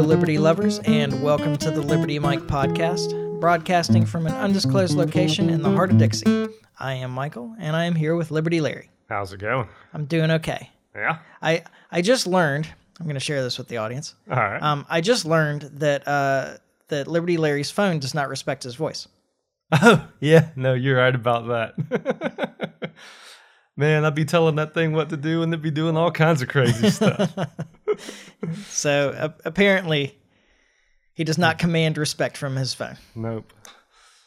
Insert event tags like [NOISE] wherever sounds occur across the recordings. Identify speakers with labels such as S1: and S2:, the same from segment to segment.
S1: lovers, and welcome to the Liberty Mike podcast, broadcasting from an undisclosed location in the heart of Dixie. I am Michael, and I am here with Liberty Larry.
S2: How's it going?
S1: I'm doing okay.
S2: Yeah.
S1: I I just learned. I'm going to share this with the audience.
S2: All right.
S1: Um, I just learned that uh, that Liberty Larry's phone does not respect his voice.
S2: oh, yeah. No, you're right about that. [LAUGHS] Man, I'd be telling that thing what to do and it'd be doing all kinds of [LAUGHS] crazy stuff.
S1: So uh, apparently, he does not command respect from his phone.
S2: nope.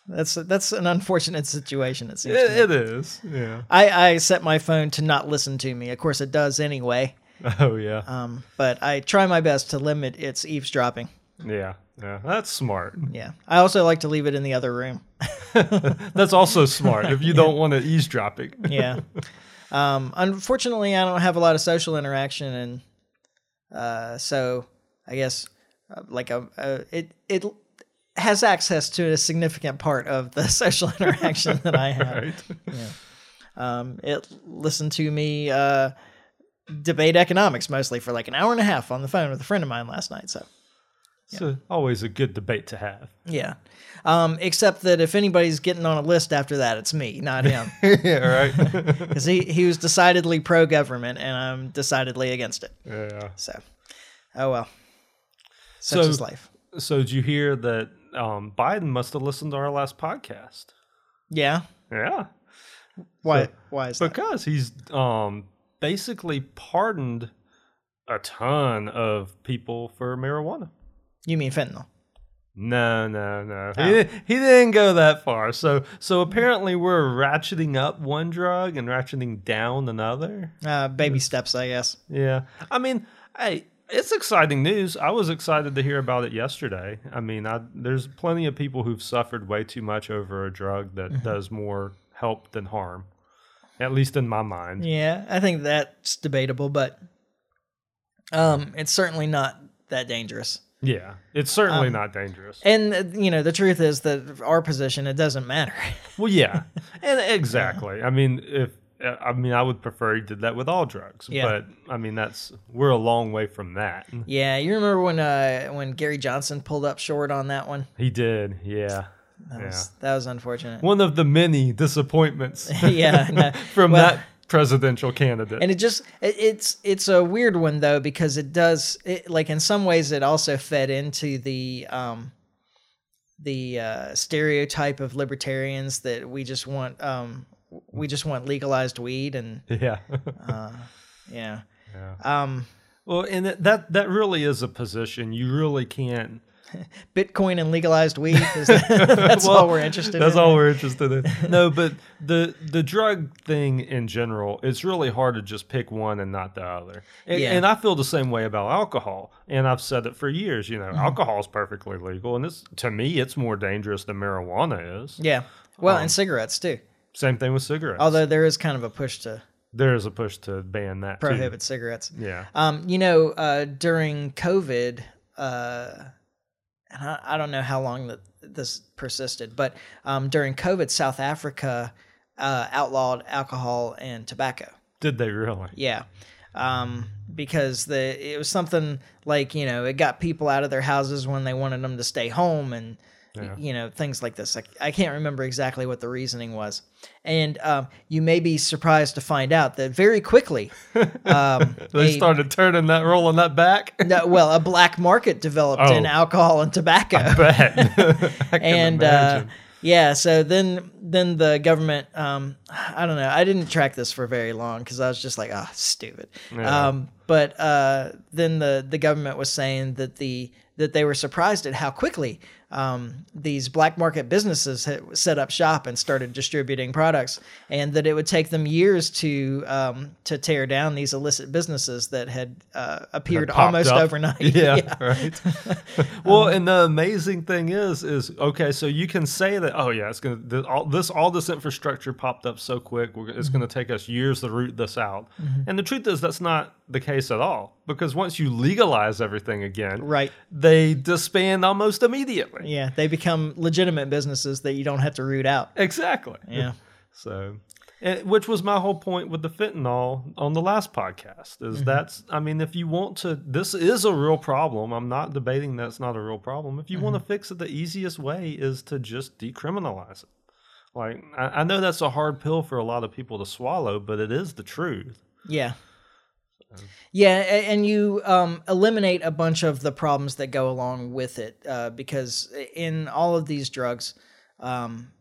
S1: That's that's an unfortunate situation. It seems.
S2: It,
S1: to me.
S2: it is. Yeah. [LAUGHS]
S1: I, I set my phone to not listen to me. Of course, it does anyway.
S2: Oh, yeah.
S1: Um, but I try my best to limit its eavesdropping.
S2: yeah. Yeah. That's smart.
S1: Yeah. I also like to leave it in the other room.
S2: [LAUGHS]
S1: [LAUGHS]
S2: That's also smart if you don't want to eavesdrop it.
S1: Yeah. um, unfortunately, I don't have a lot of social interaction, and uh, so I guess uh, like a, a it it has access to a significant part of the [LAUGHS] social interaction that I have.
S2: Right.
S1: Um, it listened to me uh, debate economics mostly for like an hour and a half on the phone with a friend of mine last night. So
S2: It's a, always a good debate to have.
S1: yeah, um, except that if anybody's getting on a list after that, it's me, not him,
S2: [LAUGHS]
S1: [LAUGHS]
S2: yeah, right.
S1: because he he was decidedly pro government and I'm decidedly against it.
S2: [LAUGHS] yeah.
S1: So oh well, such
S2: So-
S1: is life.
S2: So, did you hear that um, Biden must have listened to our last podcast?
S1: Yeah.
S2: Yeah.
S1: Why? why is that?
S2: Because he's um, basically pardoned a ton of people for marijuana.
S1: You mean fentanyl?
S2: No, no, no. He, he didn't go that far. So, so apparently we're ratcheting up one drug and ratcheting down another.
S1: Uh, baby steps, I guess.
S2: Yeah. I mean, hey, it's exciting news. I was excited to hear about it yesterday. I mean, I, there's plenty of people who've suffered way too much over a drug that does more help than harm, at least in my mind.
S1: Yeah, I think that's debatable, but um, it's certainly not that dangerous.
S2: Yeah, it's certainly not dangerous.
S1: And uh, you know, the truth is that our position it doesn't matter. [LAUGHS]
S2: Well, [LAUGHS] yeah, and exactly. I mean, if uh, I mean, I would prefer you did that with all drugs,
S1: Yeah.
S2: but I mean, that's we're a long way from that.
S1: yeah, you remember when uh, when Gary Johnson pulled up short on that one?
S2: He did, yeah,
S1: That
S2: yeah.
S1: was, that was unfortunate.
S2: One of the many [LAUGHS] disappointments
S1: [LAUGHS] yeah, no.
S2: from
S1: Well-
S2: that presidential candidate.
S1: and it just it, it's it's a weird one though because it does it, like in some ways it also fed into the um the uh, stereotype of libertarians that we just want um we just want legalized weed and
S2: yeah. [LAUGHS]
S1: yeah
S2: yeah.
S1: um
S2: Well, and that- that that really is a position you really can't
S1: Bitcoin and legalized weed is that, [LAUGHS] that's
S2: [LAUGHS] Well,
S1: all we're interested
S2: That's
S1: in.
S2: all we're
S1: [LAUGHS]
S2: interested in. No, but the the drug thing in general, it's really hard to just pick one and not the other. And,
S1: Yeah.
S2: and I feel the same way about alcohol, and I've said it for years. You know,
S1: Mm-hmm.
S2: alcohol is perfectly legal, and it's to me, it's more dangerous than marijuana is.
S1: Yeah. Well,
S2: Um,
S1: and cigarettes too.
S2: Same thing with cigarettes.
S1: Although there is kind of a push to
S2: there is a push to ban that. too.
S1: prohibit cigarettes.
S2: Yeah.
S1: Um, you know, uh, during COVID, uh, and I, I don't know how long that this persisted, but um, during COVID, South Africa uh, outlawed alcohol and tobacco.
S2: Did they really?
S1: Yeah. Um, because the it was something like you know it got people out of their houses when they wanted them to stay home and
S2: Yeah.
S1: you know things like this. I, I can't remember exactly what the reasoning was, and um, you may be surprised to find out that very quickly um,
S2: They
S1: a-
S2: started turning that, rolling that back. [LAUGHS]
S1: no, well a black market developed in
S2: Oh.
S1: alcohol and tobacco
S2: Bet. [LAUGHS] I can
S1: and uh,
S2: imagine.
S1: yeah, so then then the government, um, I don't know, I didn't track this for very long because I was just like, ah, stupid.
S2: Yeah.
S1: Um, but uh, then the the government was saying that the that they were surprised at how quickly um, these black market businesses had set up shop and started distributing products, and that it would take them years to um, to tear down these illicit businesses that had uh, appeared
S2: popped
S1: almost
S2: up.
S1: overnight.
S2: [LAUGHS]
S1: [LAUGHS] Um,
S2: yeah, right well and the amazing thing is is okay so you can say that oh yeah it's gonna th- all this all this infrastructure popped up so quick we're, it's
S1: Mm-hmm.
S2: gonna take us years to root this out and the truth is that's not the case at all because once you legalize everything again
S1: Right.
S2: they disband almost immediately
S1: Yeah, they become legitimate businesses that you don't have to root out.
S2: exactly
S1: Yeah.
S2: so And- which was my whole point with the fentanyl on the last podcast is that's i mean if you want to this is a real problem i'm not debating that's not a real problem if you want to fix it the easiest way is to just decriminalize it like I, I know that's a hard pill for a lot of people to swallow but it is the truth
S1: Yeah. Yeah, a- and you um, eliminate a bunch of the problems that go along with it uh, because in all of these drugs, um,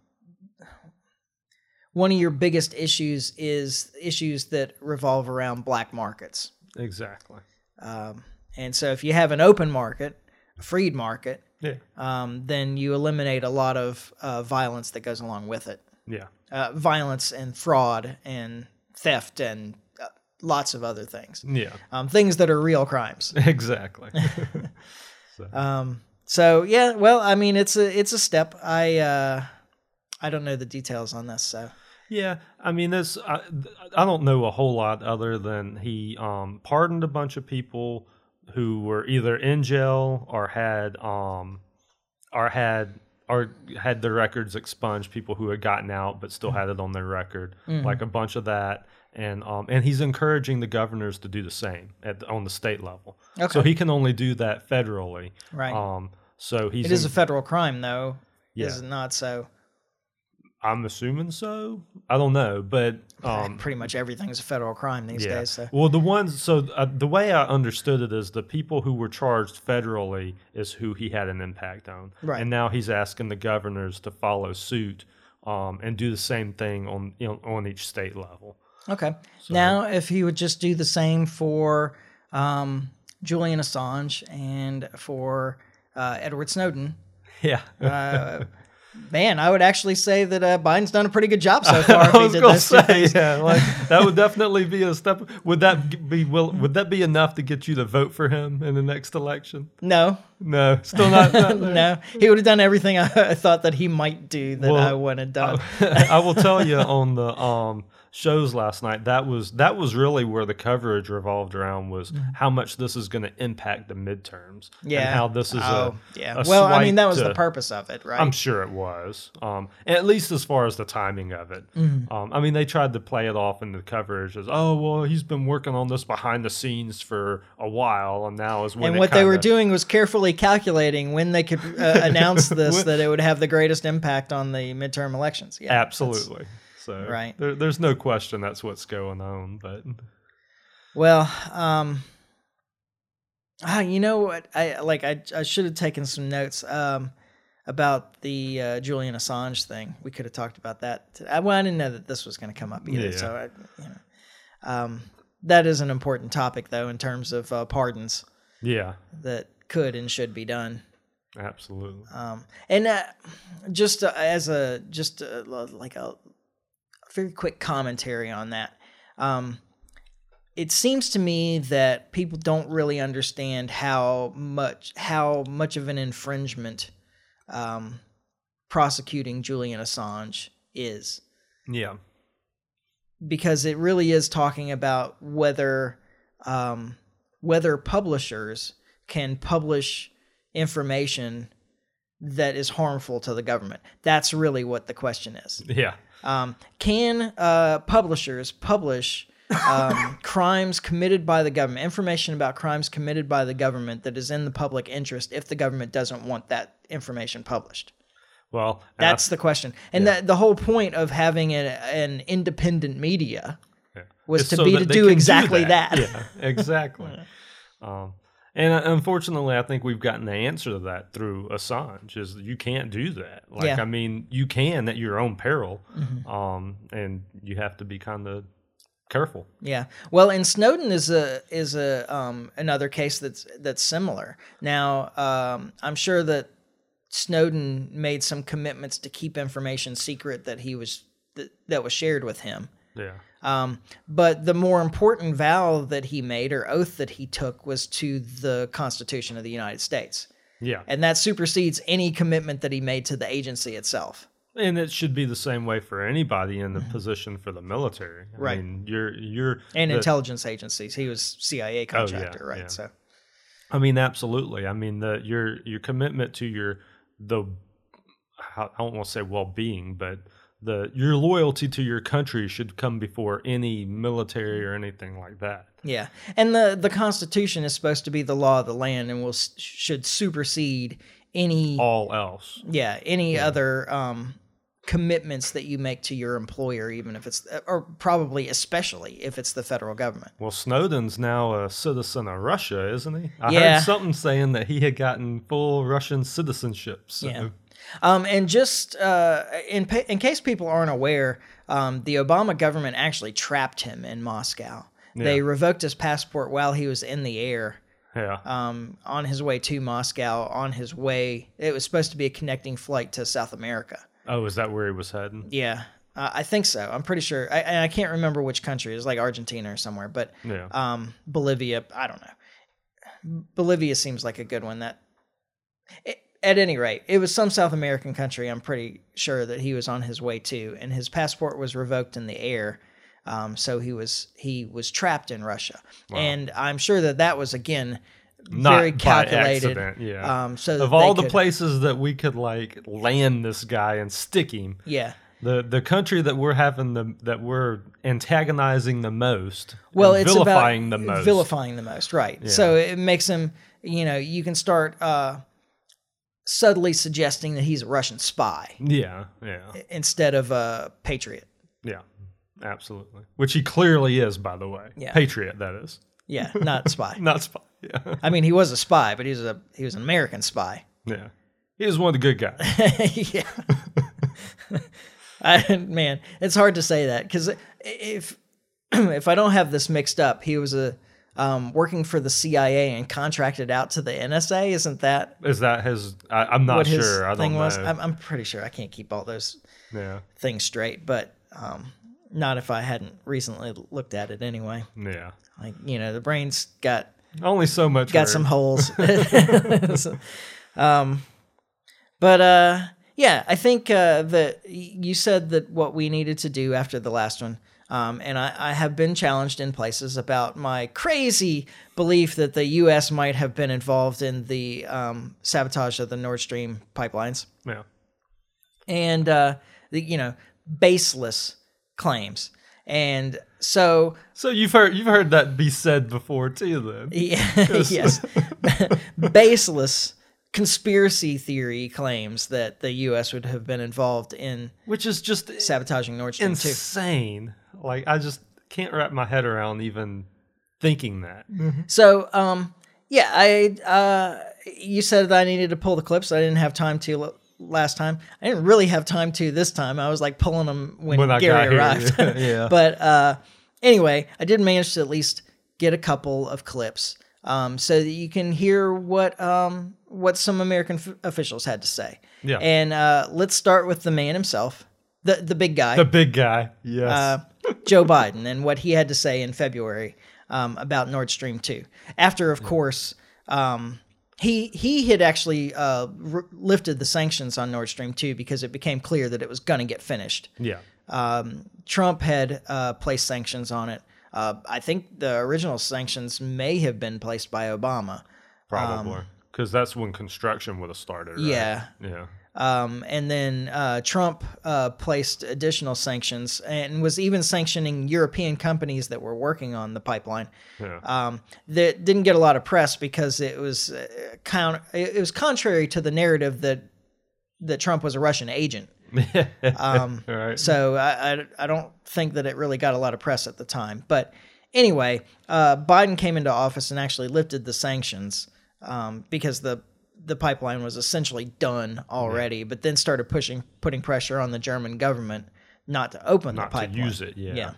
S1: one of your biggest issues is issues that revolve around black markets.
S2: exactly
S1: Um, and so if you have an open market, a freed market,
S2: yeah
S1: um, then you eliminate a lot of uh, violence that goes along with it
S2: yeah
S1: uh, violence and fraud and theft and uh, lots of other things
S2: yeah
S1: um, things that are real crimes.
S2: [LAUGHS] exactly
S1: Um, so yeah, well, I mean, it's a it's a step. I uh, I don't know the details on this, so
S2: Yeah, I mean, this I, I don't know a whole lot other than he um, pardoned a bunch of people who were either in jail or had um, or had or had their records expunged. People who had gotten out but still had it on their record,
S1: Mm.
S2: like a bunch of that. And um, and he's encouraging the governors to do the same at on the state level. So
S1: Okay.
S2: he can only do that federally.
S1: Right.
S2: Um. So he's.
S1: it is a
S2: in-
S1: federal crime, though.
S2: Yeah.
S1: Is it not? So
S2: I'm assuming so. I don't know, but um,
S1: pretty much everything's a federal crime these days. So
S2: Well, the ones so uh, the way I understood it is the people who were charged federally is who he had an impact on,
S1: Right.
S2: And now he's asking the governors to follow suit um, and do the same thing on you know, on each state level. [LAUGHS]
S1: okay, now if he would just do the same for um, Julian Assange and for uh, Edward Snowden.
S2: Yeah,
S1: Man, I would actually say that uh, Biden's done a pretty good job
S2: [LAUGHS]
S1: so far. if
S2: [LAUGHS] I
S1: he
S2: was
S1: did
S2: gonna
S1: those two
S2: say
S1: things.
S2: yeah, like that would definitely be a step. Would that g- be will? Would that be enough to get you to vote for him in the next election?
S1: [LAUGHS]
S2: [LAUGHS]
S1: No,
S2: No, still not.
S1: [LAUGHS]
S2: not there.
S1: no, he would have done everything I, [LAUGHS] I thought that he might do that
S2: Well, oh,
S1: I wouldn't have done.
S2: I will tell you on the um, shows last night that was that was really where the coverage revolved around was how much this is going to impact the midterms and
S1: Mm-hmm. yeah,
S2: how this is
S1: oh,
S2: a
S1: yeah.
S2: a
S1: well, I
S2: slight
S1: mean, that was
S2: to-
S1: the purpose of it, right?
S2: I'm sure it was, um, at least as far as the timing of it.
S1: Mm-hmm.
S2: Um, I mean, they tried to play it off in the coverage as, "Oh, well, he's been working on this behind the scenes for a while, and now is when."
S1: and
S2: it
S1: what they were
S2: kinda-
S1: doing was carefully calculating when they could
S2: [LAUGHS]
S1: uh, announce this that it would have the greatest impact on the midterm elections. Yeah, that's-
S2: absolutely. So
S1: Right.
S2: there, there's no question that's what's going on, but
S1: Well, um, ah, you know what? I like. I I should have taken some notes. Um. About the uh, Julian Assange thing, we could have talked about that. Today. Well, I didn't know that this was going to come up either,
S2: Yeah.
S1: so I, you know, um, that is an important topic, though, in terms of uh, pardons
S2: yeah,
S1: that could and should be done.
S2: absolutely.
S1: Um, and uh, just uh, as a just uh, lo- like a very quick commentary on that, um, it seems to me that people don't really understand how much how much of an infringement um, prosecuting Julian Assange is
S2: Yeah.
S1: because it really is talking about whether um, whether publishers can publish information that is harmful to the government. That's really what the question is.
S2: Yeah.
S1: Um, can uh, publishers publish um, crimes committed by the government, information about crimes committed by the government that is in the public interest if the government doesn't want that information published?
S2: Well, uh, and I-
S1: That's the question. And that the whole point of having an, an independent media
S2: yeah.
S1: was
S2: It's
S1: to
S2: so
S1: be
S2: that
S1: to
S2: they
S1: do
S2: can
S1: exactly that. [LAUGHS]
S2: Yeah, exactly. um, and uh, unfortunately, I think we've gotten the answer to that through Assange. Is that you can't do that. Like,
S1: Yeah. Mm-hmm.
S2: I mean, you can at your own peril, um, and you have to be kind of careful.
S1: Yeah. Well, and Snowden is a is a um, another case that's that's similar. Now, um, I'm sure that Snowden made some commitments to keep information secret that he was that, that was shared with him.
S2: Yeah.
S1: Um, but the more important vow that he made or oath that he took was to the Constitution of the United States,
S2: Yeah.
S1: and that supersedes any commitment that he made to the agency itself.
S2: And it should be the same way for anybody in the position for the military. I
S1: Mm-hmm. Right.
S2: Mean, you're you're
S1: And
S2: the-
S1: intelligence agencies. He was CIA contractor, right?
S2: Oh, yeah.
S1: So
S2: I mean, absolutely. I mean, the your your commitment to your the how- I don't want to say well being, but the your loyalty to your country should come before any military or anything like that.
S1: Yeah, and the the Constitution is supposed to be the law of the land, and will should supersede any
S2: All else.
S1: yeah any other um, commitments that you make to your employer, even if it's or probably especially if it's the federal government.
S2: Well, Snowden's now a citizen of Russia, isn't he? I
S1: Yeah.
S2: heard something saying that he had gotten full Russian citizenship. So.
S1: Yeah. Um, and just uh, in pa- in case people aren't aware, um, the Obama government actually trapped him in Moscow. They revoked his passport while he was in the air.
S2: yeah.
S1: um, on his way to Moscow, on his way, it was supposed to be a connecting flight to South America.
S2: oh, is that where he was heading?
S1: Yeah, uh, I think so. I'm pretty sure. I, and I can't remember which country. It was like Argentina or somewhere, but
S2: Yeah.
S1: um, Bolivia. I don't know. Bolivia seems like a good one. That, it, at any rate, it was some South American country. I'm pretty sure that he was on his way to, and his passport was revoked in the air. Um, so he was he was trapped in Russia, and I'm sure that that was again
S2: Not
S1: very
S2: by
S1: calculated.
S2: accident, yeah.
S1: Um, so
S2: of
S1: that
S2: all
S1: they
S2: the
S1: could-
S2: places that we could like land this guy and stick him,
S1: yeah.
S2: the the country that we're having the that we're antagonizing the most,
S1: Well,
S2: and
S1: it's
S2: vilifying
S1: about
S2: the most.
S1: vilifying the most, right? So it makes him, you know, you can start uh, subtly suggesting that he's a Russian spy
S2: yeah, yeah,
S1: instead of a patriot.
S2: yeah, absolutely. Which he clearly is, by the way.
S1: Yeah.
S2: Patriot, that is [LAUGHS]
S1: Yeah, not spy.
S2: not spy. Yeah,
S1: I mean, he was a spy, but he was a he was an American spy. [LAUGHS]
S2: yeah. He was one of the good guys.
S1: yeah. [LAUGHS] I, man, it's hard to say that because if [CLEARS THROAT] if I don't have this mixed up, he was a um, working for the CIA and contracted out to the NSA. Isn't that
S2: Is that his? I, I'm not
S1: what
S2: sure.
S1: his
S2: I don't
S1: thing
S2: know.
S1: was? I'm, I'm pretty sure. I can't keep all those
S2: yeah,
S1: things straight, but um, not if I hadn't recently looked at it anyway.
S2: yeah.
S1: Like you know, the brain's got
S2: Only so much.
S1: got some
S2: [LAUGHS]
S1: holes. [LAUGHS] um, but uh, yeah, I think uh, that you said that what we needed to do after the last one, um, and I, I have been challenged in places about my crazy belief that the U.S. might have been involved in the um, sabotage of the Nord Stream pipelines
S2: Yeah.
S1: and uh, the, you know baseless claims. And so [LAUGHS]
S2: So you've heard you've heard that be said before too. Then
S1: Yeah, yes. [LAUGHS] Baseless conspiracy theory claims that the U.S. would have been involved in
S2: which is just
S1: sabotaging Nord Stream 2.
S2: insane. Like I just can't wrap my head around even thinking that.
S1: So,
S2: Mm-hmm.
S1: um, yeah, I uh, you said that I needed to pull the clips. I didn't have time to l- last time. I didn't really have time to this time. I was like pulling them when,
S2: When I
S1: Gary
S2: got here,
S1: arrived. [LAUGHS]
S2: [LAUGHS] yeah.
S1: but uh, anyway, I did manage to at least get a couple of clips um, so that you can hear what um, what some American f- officials had to say.
S2: Yeah.
S1: And uh, let's start with the man himself, the the big guy
S2: The big guy. Yes.
S1: uh, Joe Biden and what he had to say in February um, about Nord Stream 2. After, of course, um, he he had actually uh, r- lifted the sanctions on Nord Stream 2 because it became clear that it was going to get finished.
S2: yeah.
S1: Trump had uh, placed sanctions on it. Uh, I think the original sanctions may have been placed by Obama.
S2: Probably. Because that's when construction would have started. Right?
S1: um, Yeah.
S2: Yeah.
S1: Um, and then uh, Trump uh, placed additional sanctions and was even sanctioning European companies that were working on the pipeline.
S2: Yeah.
S1: um, that didn't get a lot of press because it was uh, counter, it it was contrary to the narrative that that Trump was a Russian agent. Um,
S2: All right.
S1: so I, I, I don't think that it really got a lot of press at the time. But anyway, uh, Biden came into office and actually lifted the sanctions um, because the the pipeline was essentially done already. But then started pushing putting pressure on the German government not to open
S2: Not
S1: the pipeline.
S2: to use it. Yeah.
S1: Yeah.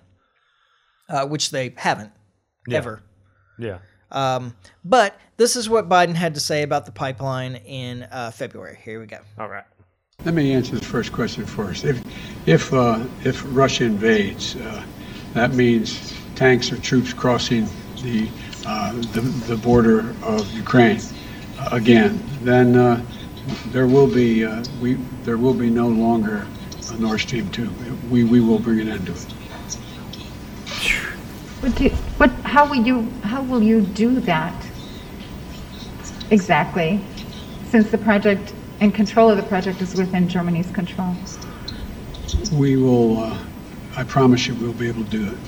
S1: Uh, which they haven't ever.
S2: Yeah.
S1: Um, but this is what Biden had to say about the pipeline in uh, February. Here we go.
S2: All right.
S3: Let me answer this first question first. If if uh, if Russia invades, uh, that means tanks or troops crossing the uh, the, the border of Ukraine uh, again. Then uh, there will be uh, we there will be no longer a Nord Stream two. We we will bring an end to it.
S4: What do, what, how will you, how will you do that? Exactly, since the project and control of the project is within Germany's control.
S3: we will, uh, I promise you, we'll be able to do it.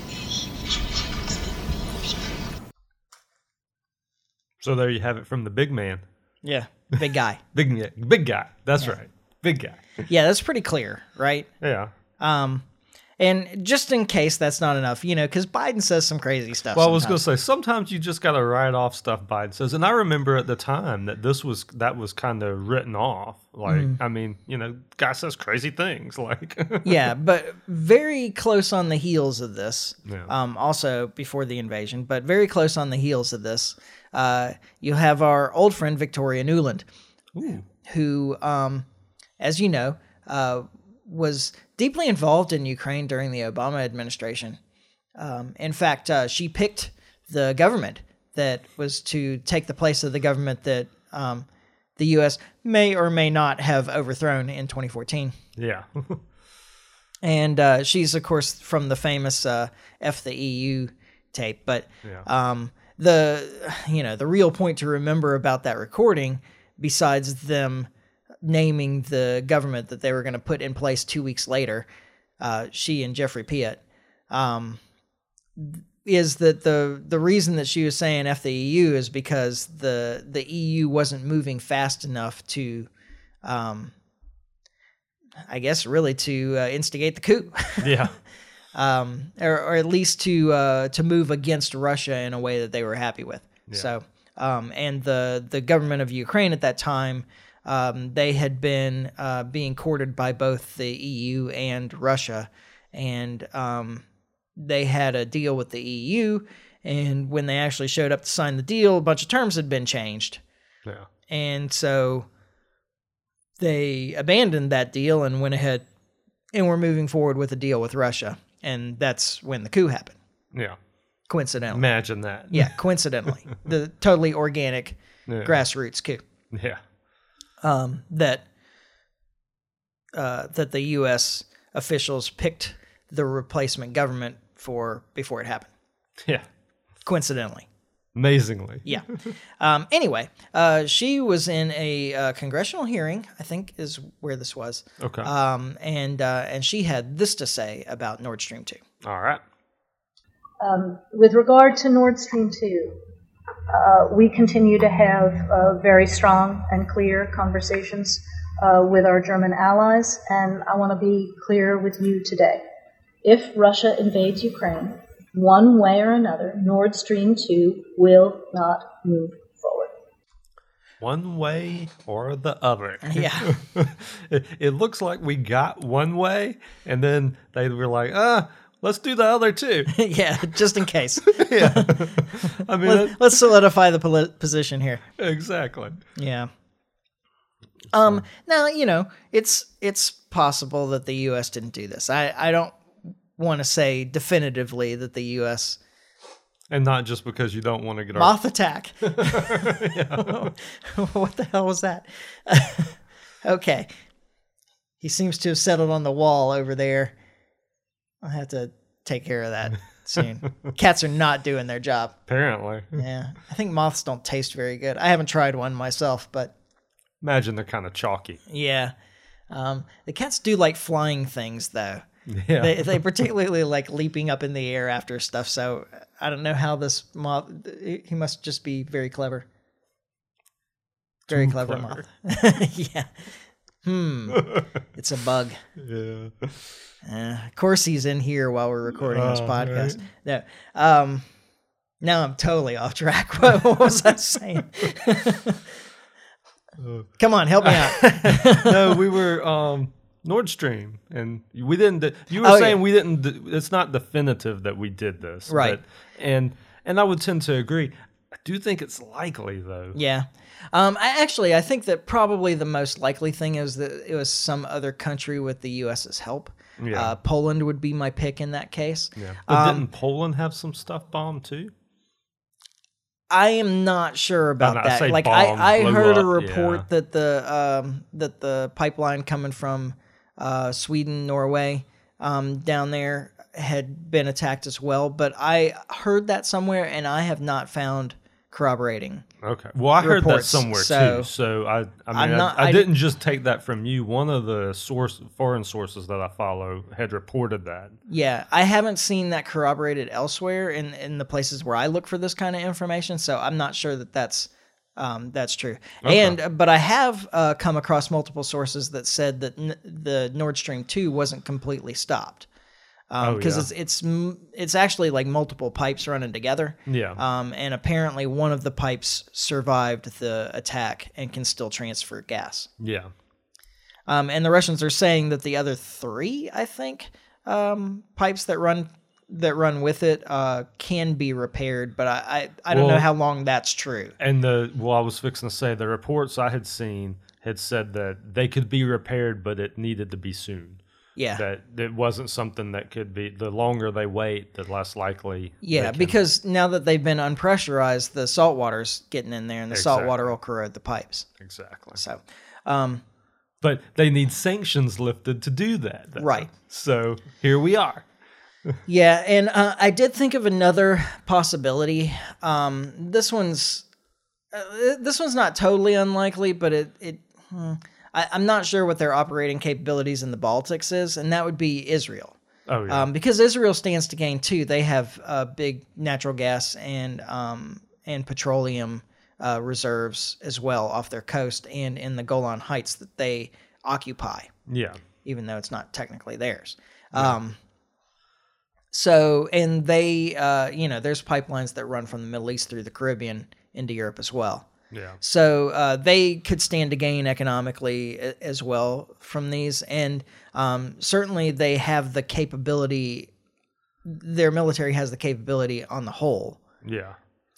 S2: So there you have it from the big man,
S1: Yeah. Big
S2: [LAUGHS]
S1: guy.
S2: big ma- big guy. That's right, big guy.
S1: yeah, that's pretty clear, right?
S2: Yeah.
S1: Um, and just in case that's not enough, you know, because Biden says some crazy stuff.
S2: Well, I was
S1: sometimes.
S2: gonna say sometimes you just gotta write off stuff Biden says, and I remember at the time that this was that was kind of written off. Like,
S1: Mm.
S2: I mean, you know, guy says crazy things. [LAUGHS] Like,
S1: yeah, but very close on the heels of this.
S2: Yeah.
S1: Um, also before the invasion, but very close on the heels of this, uh, you have our old friend Victoria Newland, who, um, as you know, uh, was deeply involved in Ukraine during the Obama administration. Um, in fact, uh, she picked the government that was to take the place of the government that um, the U.S. may or may not have overthrown in 2014
S2: yeah, [LAUGHS]
S1: and uh, she's of course from the famous uh, "F the EU" tape. But
S2: Yeah.
S1: um, the you know the real point to remember about that recording, besides them naming the government that they were going to put in place two weeks later, uh, she and Jeffrey Piet, um, is that the the reason that she was saying "F the EU" is because the the EU wasn't moving fast enough to. Um, I guess really to uh, instigate the coup, [LAUGHS]
S2: yeah,
S1: um, or, or at least to uh, to move against Russia in a way that they were happy with. So, um, and the the government of Ukraine at that time, um, they had been uh, being courted by both the EU and Russia, and um, they had a deal with the EU. And when they actually showed up to sign the deal, a bunch of terms had been changed
S2: yeah.
S1: and so they abandoned that deal and went ahead and were moving forward with a deal with Russia, and that's when the coup happened.
S2: Yeah.
S1: Coincidentally,
S2: Imagine that.
S1: yeah, coincidentally, the totally organic
S2: Yeah.
S1: grassroots coup
S2: Yeah.
S1: um, that uh, that the U.S. officials picked the replacement government for before it happened.
S2: Yeah.
S1: Coincidentally.
S2: Amazingly.
S1: Yeah. Um, anyway, uh, she was in a uh, congressional hearing, I think is where this was.
S2: Okay.
S1: Um, and uh, and she had this to say about Nord Stream 2.
S2: All right.
S5: Um, with regard to Nord Stream 2, uh, we continue to have uh, very strong and clear conversations uh, with our German allies, and I want to be clear with you today. If Russia invades Ukraine, one way or another, Nord Stream 2 will not move forward.
S2: One way or the other.
S1: [LAUGHS] Yeah.
S2: [LAUGHS] it, it looks like we got one way, and then they were like, "Ah, let's do the
S1: [LAUGHS]
S2: other too."
S1: yeah, just in case.
S2: I mean,
S1: Let, us solidify the poli- position here.
S2: that- exactly.
S1: Yeah. Um now, you know, it's it's possible that the US didn't do this. I I don't want to say definitively that the US
S2: And not just because you don't want to get our
S1: moth attack. [LAUGHS] what the hell was that? [LAUGHS] okay. He seems to have settled on the wall over there. I'll have to take care of that soon. Cats are not doing their job.
S2: apparently.
S1: Yeah. I think moths don't taste very good. I haven't tried one myself, but
S2: Imagine they're kind of chalky. [LAUGHS]
S1: yeah. Um, the cats do like flying things, though.
S2: Yeah.
S1: They, they particularly like leaping up in the air after stuff. So I don't know how this moth, he must just be very clever. Very clever,
S2: clever.
S1: moth. [LAUGHS] yeah.
S2: [LAUGHS]
S1: Hmm. it's a bug.
S2: yeah.
S1: Uh, of course, he's in here while we're recording this
S2: Oh,
S1: podcast. No. Um, now I'm totally off track. [LAUGHS] What, what was I
S2: [LAUGHS]
S1: saying? Come on, help me
S2: [LAUGHS]
S1: out.
S2: no, we were um Nord Stream, and we didn't. de- you were
S1: Oh, yeah.
S2: saying we didn't. de- It's not definitive that we did this,
S1: Right.
S2: but- and and I would tend to agree. I do think it's likely, though.
S1: yeah. Um, I actually, I think that probably the most likely thing is that it was some other country with the U.S.'s help.
S2: Yeah.
S1: Uh, Poland would be my pick in that case.
S2: But
S1: Um,
S2: didn't Poland have some stuff bombed too?
S1: I am not sure about
S2: no, I
S1: that.
S2: say
S1: like
S2: bomb,
S1: I, I
S2: blew
S1: heard a
S2: up,
S1: report
S2: yeah.
S1: that the um, that the pipeline coming from uh, Sweden, Norway, um, down there had been attacked as well. But I heard that somewhere, and I have not found corroborating.
S2: Okay. Well, I heard that
S1: reports,
S2: somewhere
S1: so-
S2: too. So I, I
S1: I'm
S2: mean,
S1: not-
S2: I, I
S1: I-
S2: didn't just take that from you. One of the source foreign sources that I follow had reported that.
S1: Yeah, I haven't seen that corroborated elsewhere in in the places where I look for this kind of information, so I'm not sure that that's um, that's true. And but I have uh, come across multiple sources that said that n- the Nord Stream two wasn't completely stopped because
S2: Oh, yeah.
S1: it's it's m- it's actually like multiple pipes running together.
S2: Yeah.
S1: Um, and apparently one of the pipes survived the attack and can still transfer gas.
S2: Yeah.
S1: Um, and the Russians are saying that the other three, I think, um, pipes that run that run with it uh, can be repaired, but I I, I don't
S2: Well-
S1: know how long that's true.
S2: And the well, I was fixing to say the reports I had seen had said that they could be repaired, but it needed to be soon.
S1: Yeah,
S2: That it wasn't something that could be. The longer they wait, the less likely. they
S1: yeah,
S2: can-
S1: because now that they've been unpressurized, the salt water's getting in there, and the salt
S2: Exactly.
S1: water will corrode the pipes.
S2: exactly.
S1: So, um,
S2: But they need sanctions lifted to do that. though.
S1: Right.
S2: So here we are.
S1: Yeah, and uh, I did think of another possibility. Um, this one's uh, this one's not totally unlikely, but it it hmm, I, I'm not sure what their operating capabilities in the Baltics is, and that would be Israel,
S2: Oh yeah.
S1: um, because Israel stands to gain too. They have uh, big natural gas and um, and petroleum uh, reserves as well off their coast and in the Golan Heights that they occupy
S2: yeah.
S1: even though it's not technically theirs. Um, so, and they, uh, you know, there's pipelines that run from the Middle East through the Caribbean into Europe as well.
S2: Yeah.
S1: So uh, they could stand to gain economically a- as well from these, and um, certainly they have the capability. Their military has the capability on the whole.
S2: Yeah.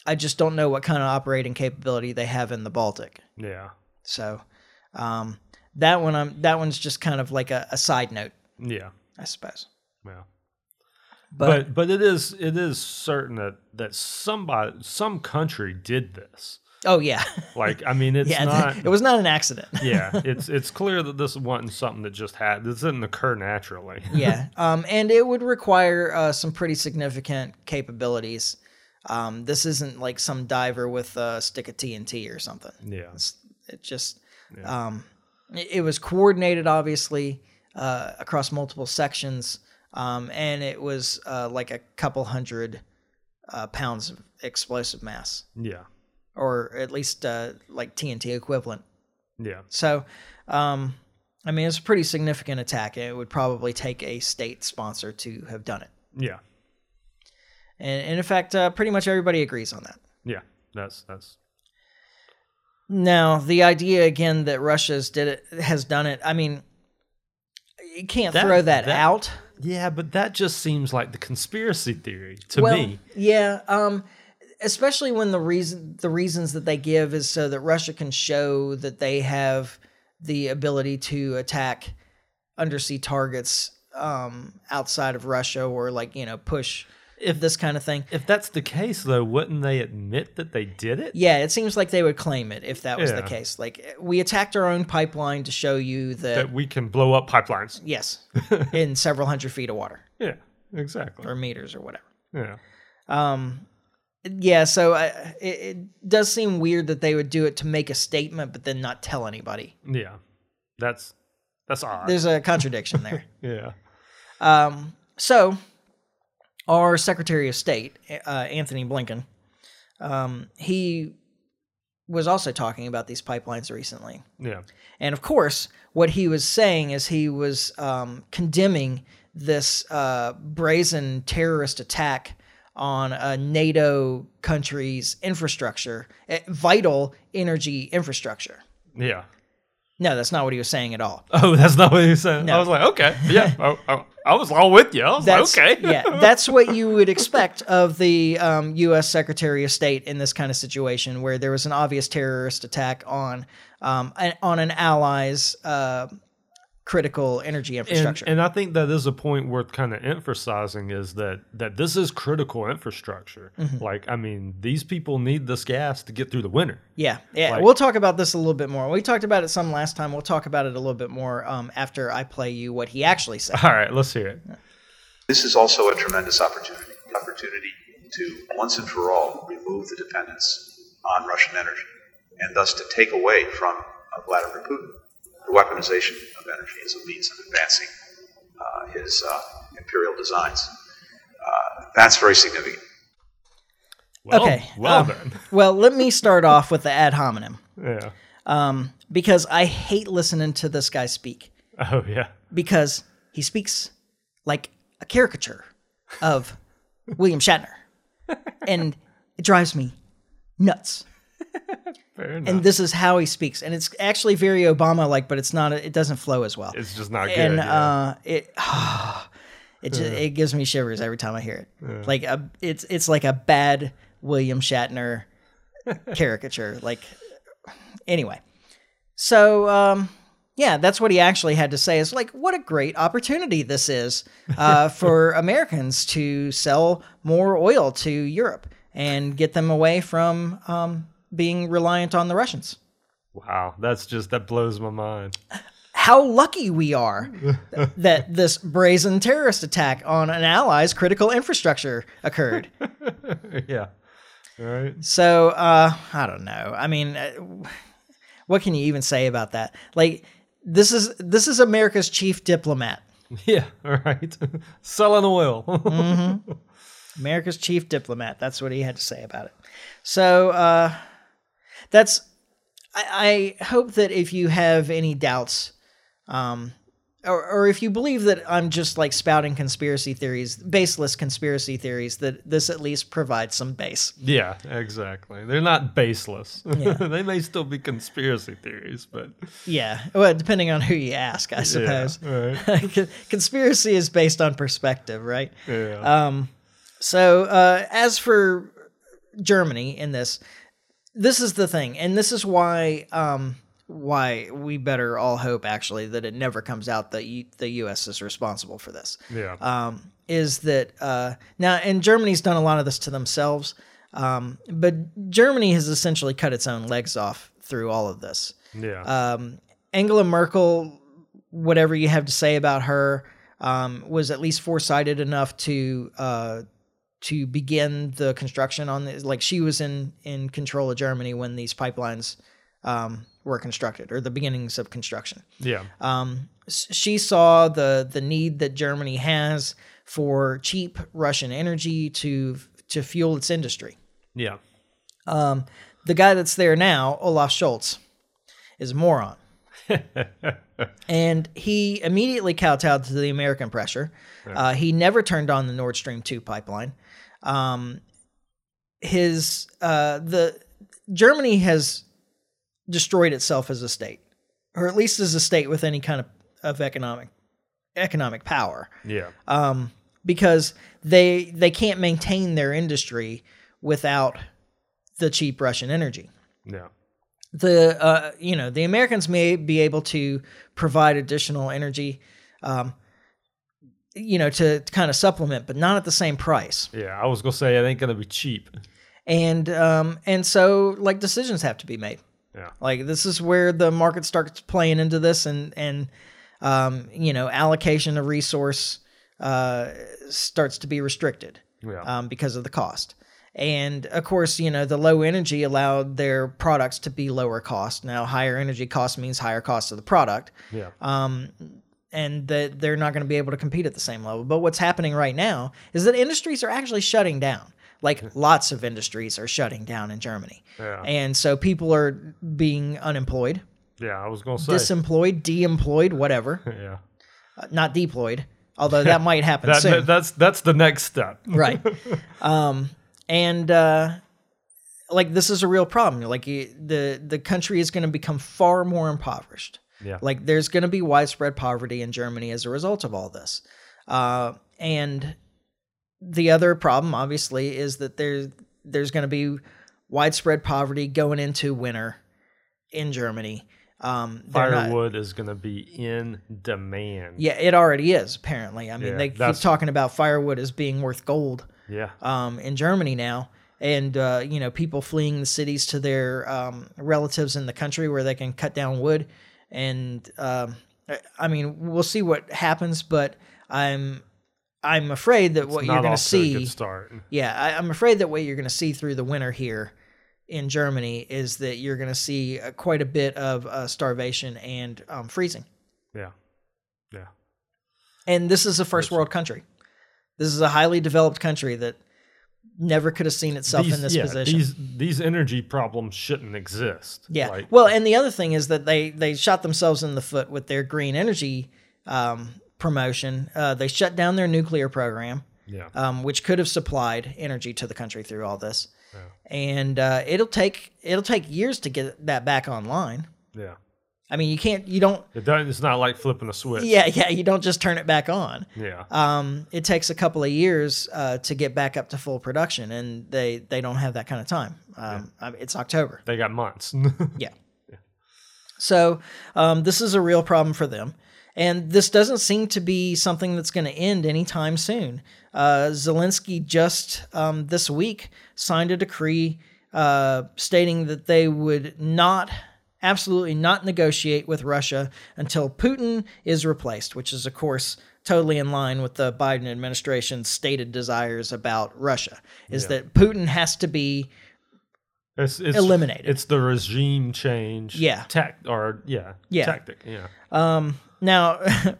S1: I just don't know what kind of operating capability they have in the Baltic.
S2: Yeah.
S1: So um, that one, I'm, that one's just kind of like a, a side note
S2: Yeah.
S1: I suppose.
S2: Yeah.
S1: But,
S2: But but it is it is certain that that somebody some country did this.
S1: oh yeah,
S2: Like I mean
S1: [LAUGHS]
S2: it's
S1: yeah,
S2: not
S1: it was not an accident.
S2: [LAUGHS] yeah, it's it's clear that this wasn't something that just had this didn't occur naturally.
S1: [LAUGHS]
S2: [LAUGHS]
S1: yeah, um, and it would require uh, some pretty significant capabilities. Um, this isn't like some diver with a stick of TNT or something.
S2: Yeah.
S1: It's, it just, um, it, it was coordinated obviously uh, across multiple sections, um, and it was uh, like a couple hundred uh, pounds of explosive mass,
S2: Yeah.
S1: or at least uh, like TNT equivalent.
S2: Yeah.
S1: So, um, I mean, it's a pretty significant attack. It would probably take a state sponsor to have done it.
S2: Yeah.
S1: And, and in fact, uh, pretty much everybody agrees on that.
S2: Yeah. That's that's
S1: Now, the idea again that Russia's did it has done it. I mean, you can't
S2: That-
S1: throw that,
S2: that-
S1: out.
S2: Yeah, but that just seems like the conspiracy theory to
S1: well,
S2: me.
S1: yeah. Um, especially when the reason the reasons that they give is so that Russia can show that they have the ability to attack undersea targets um, outside of Russia or like you know push if this kind of thing.
S2: If that's the case though, wouldn't they admit that they did it?
S1: Yeah, it seems like they would claim it if that was the
S2: Yeah.
S1: case. Like we attacked our own pipeline to show you that,
S2: That we can blow up pipelines. [LAUGHS]
S1: yes, in several hundred feet of water
S2: Yeah. Exactly.
S1: or meters or whatever.
S2: Yeah.
S1: Um, yeah, so I, it, it does seem weird that they would do it to make a statement, but then not tell anybody.
S2: Yeah. That's that's odd.
S1: There's a contradiction there. [LAUGHS]
S2: yeah.
S1: Um, so, our Secretary of State, uh, Anthony Blinken, um, he was also talking about these pipelines recently.
S2: Yeah.
S1: And of course, what he was saying is he was um, condemning this uh, brazen terrorist attack on a NATO country's infrastructure, eh, vital energy infrastructure.
S2: Yeah. [LAUGHS]
S1: No, that's not what he was saying at all.
S2: Oh, that's not what you said. I
S1: No.
S2: was like, okay,
S1: [LAUGHS]
S2: yeah. I, I, I was all with you. I was
S1: That's,
S2: like, [LAUGHS] okay,
S1: yeah, that's what you would expect of the um, U.S. Secretary of State in this kind of situation, where there was an obvious terrorist attack on um, an, on an ally's uh, critical energy
S2: And,
S1: infrastructure.
S2: and I think that is a point worth kind of emphasizing is that that this is critical infrastructure.
S1: Mm-hmm.
S2: Like, I mean, these people need this gas to get through the winter.
S1: Yeah, yeah.
S2: Like-
S1: we'll talk about this a little bit more. We talked about it some last time. We'll talk about it a little bit more um, after I play you what he actually
S2: [LAUGHS]
S1: said.
S2: All right, let's hear it.
S6: This is also a tremendous opportunity, opportunity to once and for all remove the dependence on Russian energy, and thus to take away from uh, Vladimir Putin the weaponization of energy as a means of advancing uh, his uh, imperial designs. Uh, that's very significant.
S2: Well,
S1: okay.
S2: Well
S1: um,
S2: done. [LAUGHS]
S1: [LAUGHS] well, let me start off with the ad hominem
S2: Yeah.
S1: um, because I hate listening to this guy speak
S2: Oh yeah.
S1: because he speaks like a caricature of William
S2: [LAUGHS]
S1: Shatner, and it drives me nuts.
S2: Fair enough.
S1: And this is how he speaks, and it's actually very Obama-like, but it's not. It doesn't flow as well.
S2: it's just not good.
S1: and
S2: yeah.
S1: uh, it it [SIGHS] just, it gives me shivers every time I hear it. Like a, it's it's like a bad William Shatner caricature. Like anyway, so um, yeah, that's what he actually had to say. Is like what a great opportunity this is uh, for Americans to sell more oil to Europe and get them away from um, being reliant on the Russians.
S2: wow, that's just that blows my mind. [LAUGHS]
S1: how lucky we are th- that this brazen terrorist attack on an ally's critical infrastructure occurred.
S2: yeah. All right.
S1: So uh, I don't know. I mean, uh, what can you even say about that? Like this is this is America's chief diplomat. [LAUGHS]
S2: Yeah. All right. Selling oil.
S1: America's chief diplomat. That's what he had to say about it. So uh, that's. I, I hope that if you have any doubts, um, or, or if you believe that I'm just like spouting conspiracy theories, baseless conspiracy theories, that this at least provides some base.
S2: yeah. Exactly. They're not baseless. [LAUGHS] they may still be conspiracy theories, but
S1: Yeah. Well, depending on who you ask, I
S2: yeah.
S1: suppose. [LAUGHS]
S2: All right.
S1: Con- conspiracy is based on perspective, right?
S2: Yeah.
S1: Um, so uh, as for Germany in this, this is the thing, and this is why um, why we better all hope actually that it never comes out that U- the U.S. is responsible for this.
S2: yeah.
S1: Um, is that uh, now? And Germany's done a lot of this to themselves, um, but Germany has essentially cut its own legs off through all of this
S2: yeah.
S1: um, Angela Merkel, whatever you have to say about her, um, was at least foresighted enough to uh, to begin the construction on this. Like she was in in control of Germany when these pipelines um, were constructed or the beginnings of construction
S2: yeah.
S1: um, s- she saw the the need that Germany has for cheap Russian energy to to fuel its industry.
S2: yeah.
S1: Um, the guy that's there now, Olaf Scholz, is a moron. and he immediately kowtowed to the American pressure. Uh, he never turned on the Nord Stream 2 pipeline. Um, his uh, the Germany has destroyed itself as a state, or at least as a state with any kind of, of economic economic power
S2: Yeah.
S1: um, because they they can't maintain their industry without the cheap Russian energy.
S2: Yeah.
S1: The uh, you know the Americans may be able to provide additional energy, um, you know, to, to kind of supplement, but not at the same price.
S2: Yeah. I was gonna say it ain't gonna be cheap.
S1: And um, and so like decisions have to be made.
S2: Yeah.
S1: Like this is where the market starts playing into this, and and um, you know allocation of resource uh, starts to be restricted.
S2: Yeah.
S1: um, because of the cost. And of course, you know, the low energy allowed their products to be lower cost. Now, higher energy cost means higher cost of the product,
S2: yeah.
S1: Uh, and that they're not going to be able to compete at the same level. But what's happening right now is that industries are actually shutting down. Like lots of industries are shutting down in Germany.
S2: Hmm. Yeah.
S1: And so people are being unemployed,
S2: yeah. I was gonna say.
S1: disemployed, de-employed,
S2: [LAUGHS]
S1: whatever,
S2: yeah.
S1: Uh, not deployed, although that might happen
S2: That,
S1: soon.
S2: that- that's that's the next step.
S1: right um and uh like this is a real problem like you, the the country is going to become far more impoverished
S2: Yeah.
S1: like there's going to be widespread poverty in germany as a result of all this uh and the other problem obviously is that there's there's going to be widespread poverty going into winter in germany um they're not-
S2: Firewood is gonna be in demand.
S1: yeah it already is apparently i mean
S2: Yeah,
S1: they keep
S2: that's-
S1: talking about firewood as being worth gold
S2: Yeah.
S1: um, in Germany now, and uh, you know people fleeing the cities to their um, relatives in the country where they can cut down wood. And um, I- I mean, we'll see what happens, but I'm I'm afraid that what
S2: It's
S1: you're
S2: not
S1: going to
S2: off a
S1: see,
S2: good start.
S1: yeah, I, I'm afraid that what you're going to see through the winter here in Germany is that you're going to see uh, quite a bit of uh, starvation and um, freezing.
S2: Yeah. Yeah.
S1: And this is a first world country. This is a highly developed country that never could have seen itself in this
S2: yeah,
S1: position.
S2: These these energy problems shouldn't exist.
S1: yeah.
S2: Like,
S1: well, and the other thing is that they they shot themselves in the foot with their green energy um, promotion. Uh, they shut down their nuclear program.
S2: yeah.
S1: um, which could have supplied energy to the country through all this. And uh, it'll take it'll take years to get that back online.
S2: yeah.
S1: I mean, you can't you don't
S2: It doesn't it's not like flipping a switch.
S1: yeah yeah you don't just turn it back on.
S2: Yeah.
S1: Um, it takes a couple of years uh, to get back up to full production, and they they don't have that kind of time. Um, I mean, it's October.
S2: they got months. [LAUGHS]
S1: [LAUGHS] Yeah. So um, this is a real problem for them. And this doesn't seem to be something that's going to end anytime soon. Uh, Zelensky just um, this week signed a decree uh, stating that they would not, absolutely not negotiate with Russia until Putin is replaced, which is, of course, totally in line with the Biden administration's stated desires about Russia, is that Putin has to be
S2: It's, it's
S1: Eliminated.
S2: It's the regime change.
S1: Yeah.
S2: Tact or yeah.
S1: Yeah.
S2: Tactic. Yeah.
S1: Now, [LAUGHS]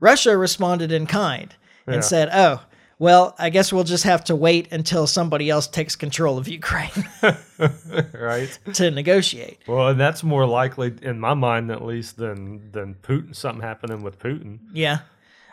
S1: Russia responded in kind and
S2: Yeah.
S1: said, "Oh, well, I guess we'll just have to wait until somebody else takes control of Ukraine [LAUGHS]
S2: right.
S1: to negotiate."
S2: Well, and that's more likely in my mind, at least, than than Putin. Something happening with Putin.
S1: Yeah,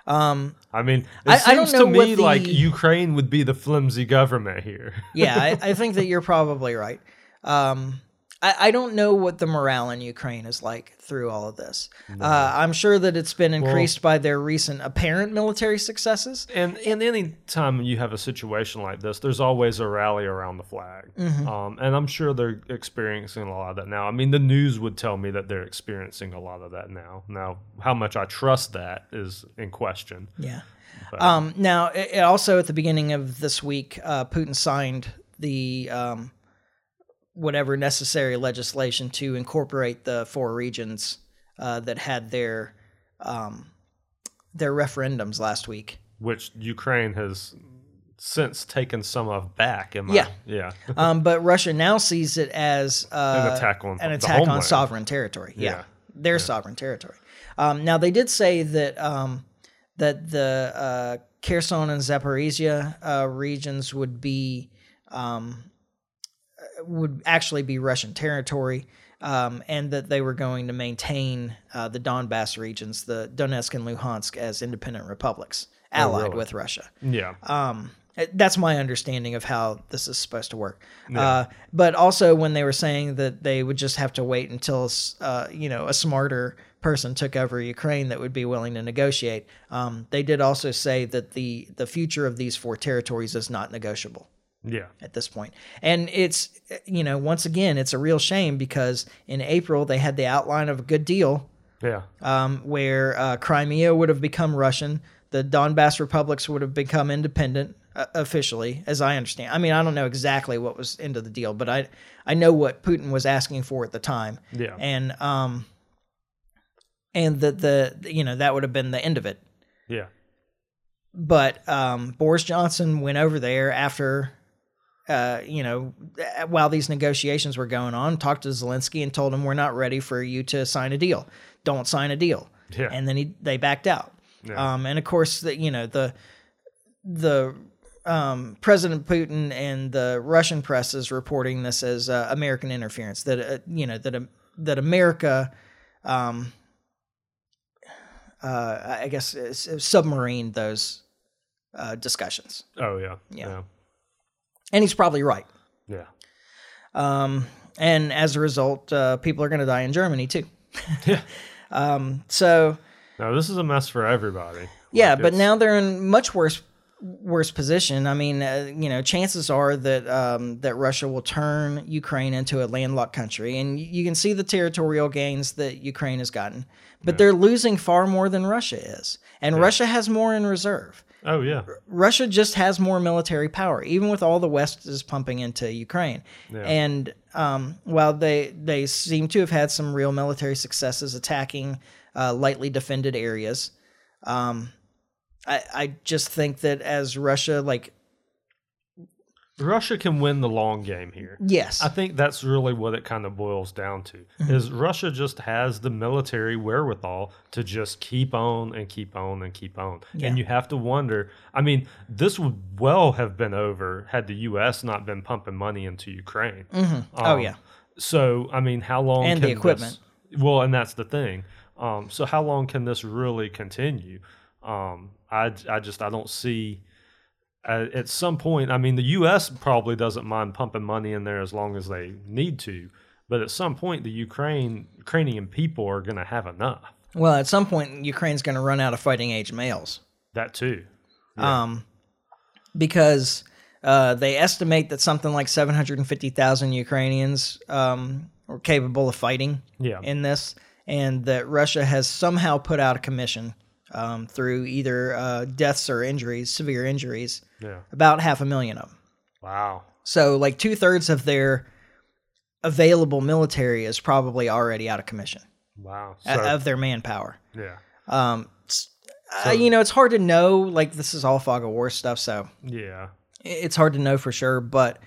S2: I mean, it
S1: I-
S2: seems
S1: I don't know
S2: to
S1: what
S2: me like
S1: the-
S2: Ukraine would be the flimsy government here. [LAUGHS]
S1: yeah, I, I think that you're probably right. Um, I, I don't know what the morale in Ukraine is like through all of this. Uh, I'm sure that it's been increased by their recent apparent military successes.
S2: and and any time you have a situation like this, there's always a rally around the flag.
S1: Mm-hmm.
S2: Um, and I'm sure they're experiencing a lot of that now. I mean, the news would tell me that they're experiencing a lot of that now. Now, how much I trust that is in question.
S1: Yeah. Um, now, it, it also at the beginning of this week, uh, Putin signed the um, whatever necessary legislation to incorporate the four regions uh, that had their um, their referendums last week.
S2: Which Ukraine has since taken some of back. Am I?
S1: Yeah. [LAUGHS]
S2: yeah,
S1: Um, but Russia now sees it as uh,
S2: An attack on
S1: an
S2: the
S1: attack on
S2: homeland.
S1: sovereign territory. Yeah,
S2: Yeah.
S1: their sovereign territory. Um, now they did say that um, that the uh, Kherson and Zaporizhia uh, regions would be um, would actually be Russian territory, um, and that they were going to maintain uh, the Donbass regions, the Donetsk and Luhansk, as independent republics allied
S2: Oh, really?
S1: with Russia.
S2: yeah.
S1: Um, that's my understanding of how this is supposed to work. Uh, but also, when they were saying that they would just have to wait until, uh, you know, a smarter person took over Ukraine that would be willing to negotiate, um, they did also say that the the future of these four territories is not negotiable
S2: yeah.
S1: at this point. And it's, you know, once again, it's a real shame because in April they had the outline of a good deal
S2: Yeah.
S1: um, where uh, Crimea would have become Russian, the Donbass republics would have become independent uh, officially, as I understand. I mean, I don't know exactly what was into the deal, but I I know what Putin was asking for at the time.
S2: Yeah.
S1: and um, and that the you know that would have been the end of it.
S2: yeah.
S1: But um, Boris Johnson went over there after. Uh, you know, uh, while these negotiations were going on, talked to Zelensky and told him, "We're not ready for you to sign a deal. Don't sign a deal."
S2: Yeah.
S1: and then he, they backed out.
S2: Yeah.
S1: Um, and of course, the, you know the the um, President Putin and the Russian press is reporting this as uh, American interference. That uh, you know that um, that America, um, uh, I I guess, is- is submarined those uh, discussions.
S2: oh yeah.
S1: yeah.
S2: Yeah.
S1: And he's probably right.
S2: Yeah.
S1: Um, and as a result, uh, people are going to die in Germany too. [LAUGHS] um, so.
S2: Now this is a mess for everybody.
S1: Yeah,
S2: Like,
S1: but
S2: it's-
S1: now they're in much worse worse position. I mean, uh, you know, chances are that um, that Russia will turn Ukraine into a landlocked country, and y- you can see the territorial gains that Ukraine has gotten. But they're losing far more than Russia is, and Russia has more in reserve.
S2: Oh yeah.
S1: Russia just has more military power, even with all the West is pumping into Ukraine. And um, while they they seem to have had some real military successes attacking uh, lightly defended areas, um, I, I just think that as Russia like
S2: Russia can win the long game here.
S1: Yes. Mm-hmm.
S2: I think that's really what it kind of boils down to. Is Russia just has the military wherewithal to just keep on and keep on and keep on. And
S1: Yeah.
S2: you have to wonder, I mean, this would well have been over had the US not been pumping money into Ukraine.
S1: Oh,
S2: Um,
S1: yeah.
S2: So, I mean, how long
S1: And the
S2: can
S1: equipment.
S2: this- well, and that's the thing. Um, so how long can this really continue? Um, I I just I don't see uh, at some point, I mean, the U.S. probably doesn't mind pumping money in there as long as they need to, but at some point, the Ukraine Ukrainian people are going to have enough.
S1: Well, at some point, Ukraine's going to run out of fighting age males.
S2: That too.
S1: um, because uh, they estimate that something like 750,000 Ukrainians um, are capable of fighting
S2: Yeah.
S1: in this, and that Russia has somehow put out a commission um, through either uh, deaths or injuries, severe injuries,
S2: Yeah.
S1: about half a million of them.
S2: Wow.
S1: So, like two thirds of their available military is probably already out of commission
S2: Wow. So,
S1: uh, of their manpower.
S2: yeah.
S1: Um, s- uh, you know, it's hard to know. Like, this is all fog of war stuff, so
S2: Yeah.
S1: it's hard to know for sure, but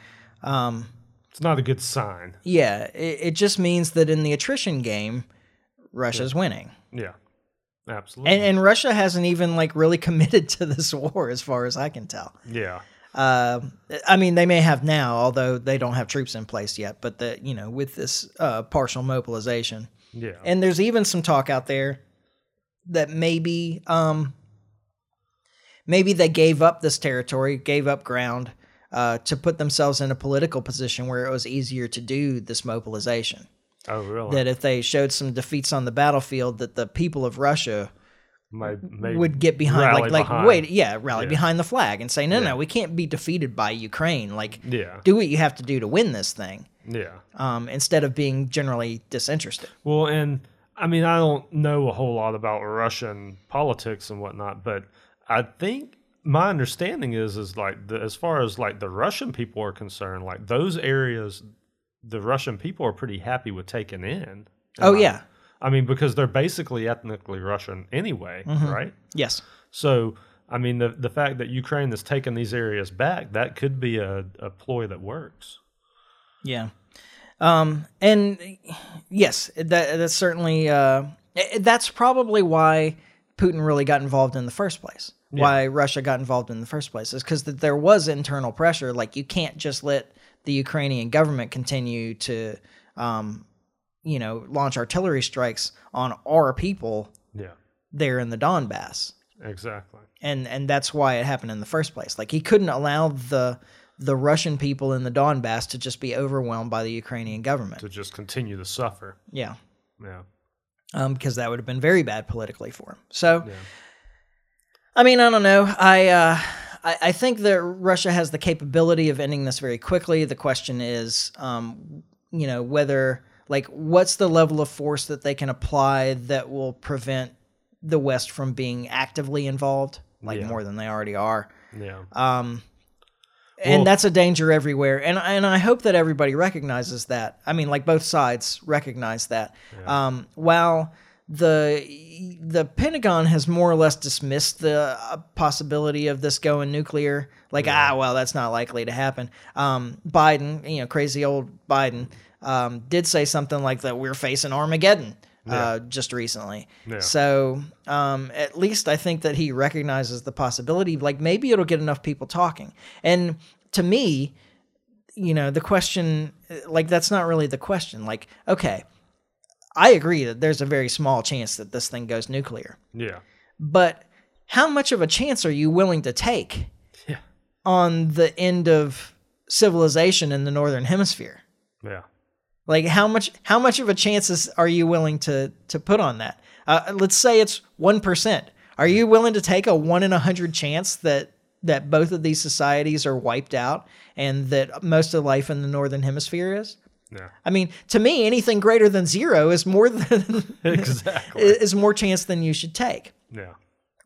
S1: um,
S2: It's not a good sign.
S1: yeah, it, it just means that in the attrition game, Russia's winning,
S2: Yeah. Absolutely.
S1: and and Russia hasn't even like really [LAUGHS] committed to this war, as far as I can tell.
S2: yeah.
S1: Uh, I mean, they may have now, although they don't have troops in place yet. But that you know, with this uh, partial mobilization,
S2: Yeah.
S1: and there's even some talk out there that maybe um maybe they gave up this territory gave up ground uh, to put themselves in a political position where it was easier to do this mobilization
S2: oh, really?
S1: that if they showed some defeats on the battlefield that the people of russia
S2: May- may
S1: would get behind
S2: rally
S1: like like
S2: behind.
S1: wait yeah rally
S2: Yeah.
S1: behind the flag and say no no we can't be defeated by ukraine like
S2: Yeah.
S1: do what you have to do to win this thing
S2: Yeah.
S1: um, instead of being generally disinterested
S2: Well, and I mean, I don't know a whole lot about Russian politics and whatnot, but I think my understanding is is like the, as far as like the Russian people are concerned, like those areas, the Russian people are pretty happy with taking in.
S1: oh
S2: Am I-
S1: yeah
S2: I mean, because they're basically ethnically Russian anyway,
S1: Mm-hmm.
S2: right?
S1: yes
S2: So, I mean, the the fact that Ukraine is taking these areas back, that could be a, a ploy that works.
S1: Yeah. Um, and yes, that that's certainly uh, that's probably why Putin really got involved in the first place. Why Russia got involved in the first place is because there was internal pressure. Like you can't just let the Ukrainian government continue to, um, you know, launch artillery strikes on our people
S2: Yeah,
S1: there in the Donbass
S2: exactly.
S1: and and that's why it happened in the first place. Like he couldn't allow the the Russian people in the Donbass to just be overwhelmed by the Ukrainian government.
S2: To just continue to suffer.
S1: Yeah,
S2: Yeah.
S1: um, because that would have been very bad politically for him. So, I mean, I don't know. I, uh, I I think that Russia has the capability of ending this very quickly. The question is, um, you know, whether like what's the level of force that they can apply that will prevent the West from being actively involved, like
S2: Yeah.
S1: more than they already are.
S2: Yeah.
S1: Um, and
S2: Well-
S1: that's a danger everywhere. And and I hope that everybody recognizes that. I mean, like both sides recognize that. Um, while the the Pentagon has more or less dismissed the uh, possibility of this going nuclear, like ah, well, that's not likely to happen. Um, Biden, you know, crazy old Biden, um, did say something like that. We're facing Armageddon. Uh, just recently,
S2: Yeah.
S1: so um, at least I think that he recognizes the possibility. Like maybe it'll get enough people talking. And to me, you know, the question, like that's not really the question. Like, okay, I agree that there's a very small chance that this thing goes nuclear,
S2: Yeah.
S1: but how much of a chance are you willing to take
S2: Yeah.
S1: on the end of civilization in the northern hemisphere? [LAUGHS]
S2: Yeah.
S1: Like how much how much of a chances are you willing to to put on that? Uh, let's say it's one percent. Are you willing to take a one in a hundred chance that that both of these societies are wiped out and that most of life in the northern hemisphere is?
S2: Yeah.
S1: I mean, to me, anything greater than zero is more than
S2: Exactly.
S1: is more chance than you should take
S2: yeah.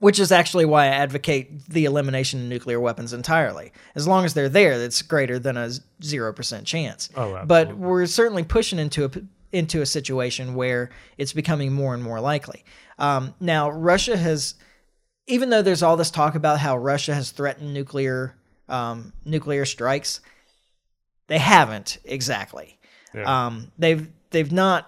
S1: which is actually why I advocate the elimination of nuclear weapons entirely. As long as they're there, that's greater than a zero percent chance.
S2: Oh,
S1: but we're certainly pushing into a p- into a situation where it's becoming more and more likely. Um, now, Russia has, even though there's all this talk about how Russia has threatened nuclear um, nuclear strikes. They haven't exactly.
S2: Yeah.
S1: Um, they've they've not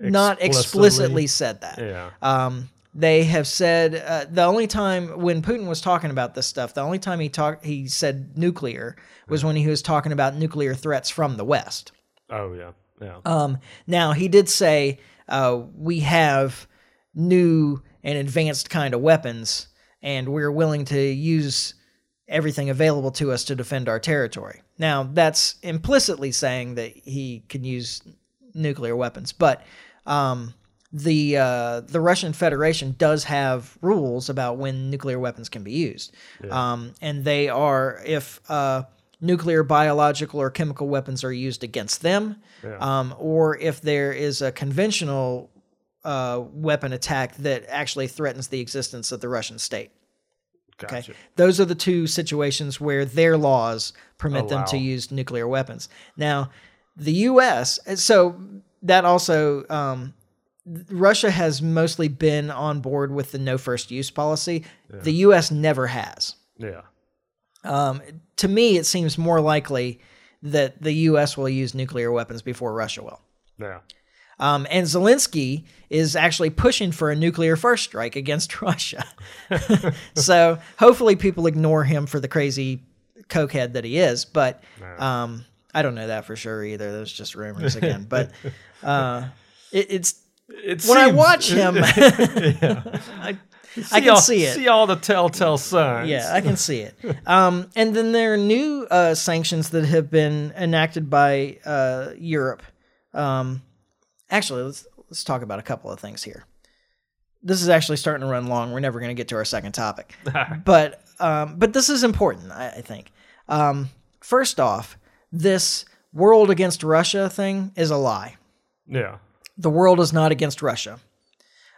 S1: not explicitly said that.
S2: Yeah.
S1: Um, they have said uh, the only time when Putin was talking about this stuff, the only time he talked, he said nuclear was when he was talking about nuclear threats from the West.
S2: Oh yeah. Yeah.
S1: Um, now he did say uh, we have new and advanced kind of weapons, and we're willing to use everything available to us to defend our territory. Now that's implicitly saying that he can use nuclear weapons, but um, the uh, the Russian Federation does have rules about when nuclear weapons can be used, um, and they are if uh, nuclear, biological, or chemical weapons are used against them, um, or if there is a conventional uh, weapon attack that actually threatens the existence of the Russian state. Okay.
S2: Gotcha.
S1: Those are the two situations where their laws permit them to
S2: Allow.
S1: use nuclear weapons. Now, the U.S. So that also, um, Russia has mostly been on board with the no first use policy. The U.S. never has.
S2: Yeah.
S1: Um, to me, it seems more likely that the U.S. will use nuclear weapons before Russia will.
S2: Yeah.
S1: Um, and Zelensky is actually pushing for a nuclear first strike against [LAUGHS] Russia. so hopefully people ignore him for the crazy cokehead that he is. But um, I don't know that for sure either. Those just rumors again.
S2: [LAUGHS]
S1: But uh, it, it's
S2: It
S1: when I
S2: seems-
S1: watch
S2: [LAUGHS]
S1: him, [LAUGHS] I, I can
S2: all,
S1: see it.
S2: See all the telltale signs.
S1: Yeah, I can see it. Um, and then there are new uh, sanctions that have been enacted by uh, Europe. Um, actually, let's let's talk about a couple of things here. This is actually starting to run long. We're never going to get to our second topic, but um, but this is important, I, I think. Um, first off, this world against Russia thing is a lie
S2: Yeah.
S1: the world is not against Russia.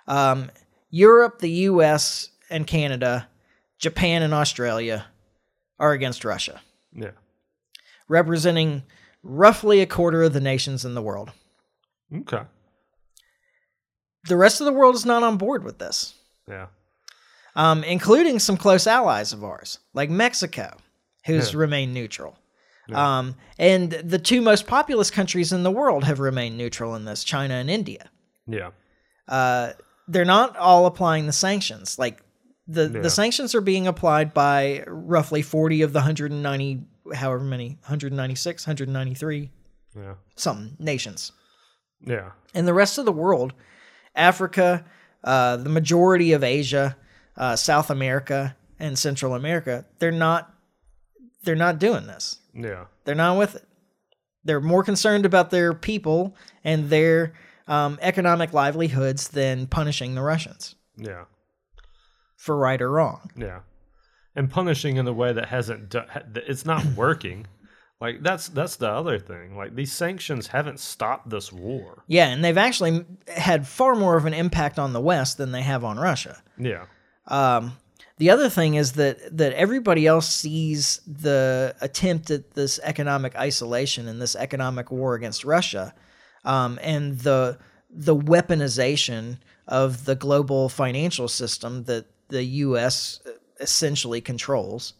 S1: Um, Europe, the U.S. and Canada, Japan and Australia are against Russia,
S2: Yeah.
S1: representing roughly a quarter of the nations in the world.
S2: Okay.
S1: The rest of the world is not on board with this,
S2: Yeah.
S1: um, including some close allies of ours, like Mexico, who's
S2: Yeah.
S1: remained neutral. Um, and the two most populous countries in the world have remained neutral in this China and India.
S2: Yeah.
S1: uh, they're not all applying the sanctions. Like the
S2: Yeah.
S1: the sanctions are being applied by roughly 40 of the 190 however many 196 193
S2: Yeah.
S1: something nations.
S2: Yeah.
S1: And the rest of the world, Africa, uh, the majority of Asia, uh, South America and Central America, they're not they're not doing this.
S2: Yeah.
S1: They're not with it. They're more concerned about their people and their um, economic livelihoods than punishing the Russians
S2: Yeah.
S1: for right or wrong.
S2: Yeah, and punishing in a way that hasn't do- ha- that it's not
S1: [COUGHS]
S2: working. like that's that's the other thing. Like these sanctions haven't stopped this war.
S1: Yeah, and they've actually had far more of an impact on the West than they have on Russia.
S2: Yeah,
S1: Um, the other thing is that that everybody else sees the attempt at this economic isolation and this economic war against Russia, um, and the the weaponization of the global financial system that the U.S. essentially controls.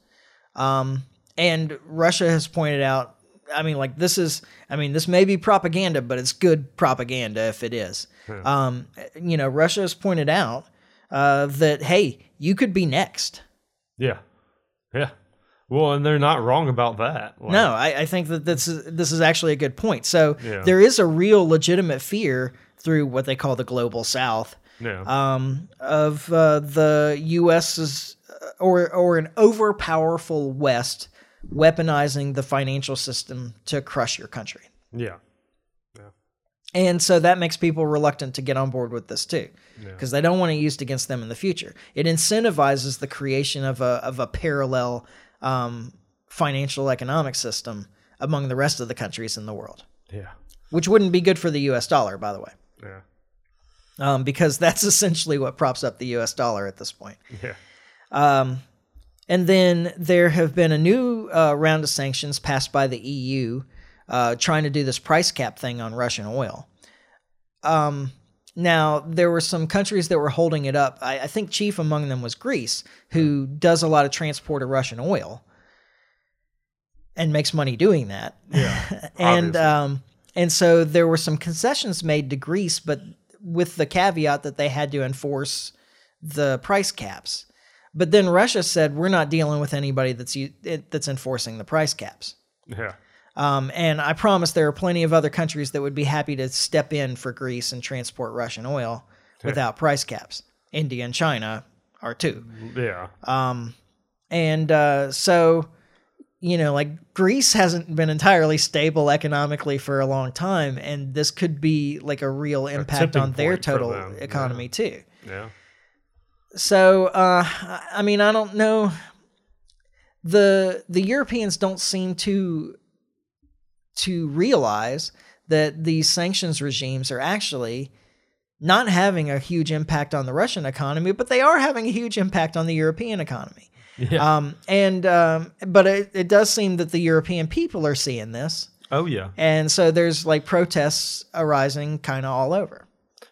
S1: Um, and Russia has pointed out, I mean, like this is, I mean, this may be propaganda, but it's good propaganda if it is. Um, you know, Russia has pointed out uh, that hey, you could be next.
S2: yeah, yeah. Well, and they're not wrong about that. Like,
S1: No, I, I think that this is this is actually a good point. So
S2: Yeah.
S1: there is a real legitimate fear through what they call the global South
S2: Yeah.
S1: um, of uh, the U.S.'s or or an overpowerful West weaponizing the financial system to crush your country.
S2: yeah.
S1: And so that makes people reluctant to get on board with this too, because they don't want it used against them in the future. It incentivizes the creation of a of a parallel um, financial economic system among the rest of the countries in the world,
S2: Yeah.
S1: which wouldn't be good for the U.S. dollar, by the way,
S2: Yeah.
S1: um, because [LAUGHS] that's essentially what props up the U.S. dollar at this point.
S2: Yeah.
S1: And then there have been a new uh, round of sanctions passed by the E EU uh, trying to do this price cap thing on Russian oil. Um, Now, there were some countries that were holding it up. I, I think chief among them was Greece, who does a lot of transport of Russian oil and makes money doing that.
S2: Yeah,
S1: [LAUGHS] and
S2: obviously.
S1: um, and so there were some concessions made to Greece, but with the caveat that they had to enforce the price caps. But then Russia said, "We're not dealing with anybody that's u- it- that's enforcing the price caps."
S2: yeah.
S1: Um, and I promise there are plenty of other countries that would be happy to step in for Greece and transport Russian oil without price caps. India and China are too.
S2: Yeah.
S1: And uh, so, you know, like Greece hasn't been entirely stable economically for a long time, and this could be like a real impact
S2: tipping
S1: on their
S2: point for
S1: total
S2: them, yeah.
S1: economy too.
S2: yeah.
S1: So, uh, I- I mean, I don't know. the The Europeans don't seem to to realize that these sanctions regimes are actually not having a huge impact on the Russian economy, but they are having a huge impact on the European economy.
S2: Yeah.
S1: Um, and um, but it, it does seem that the European people are seeing this,
S2: oh yeah.
S1: and so there's like protests arising kind of all over.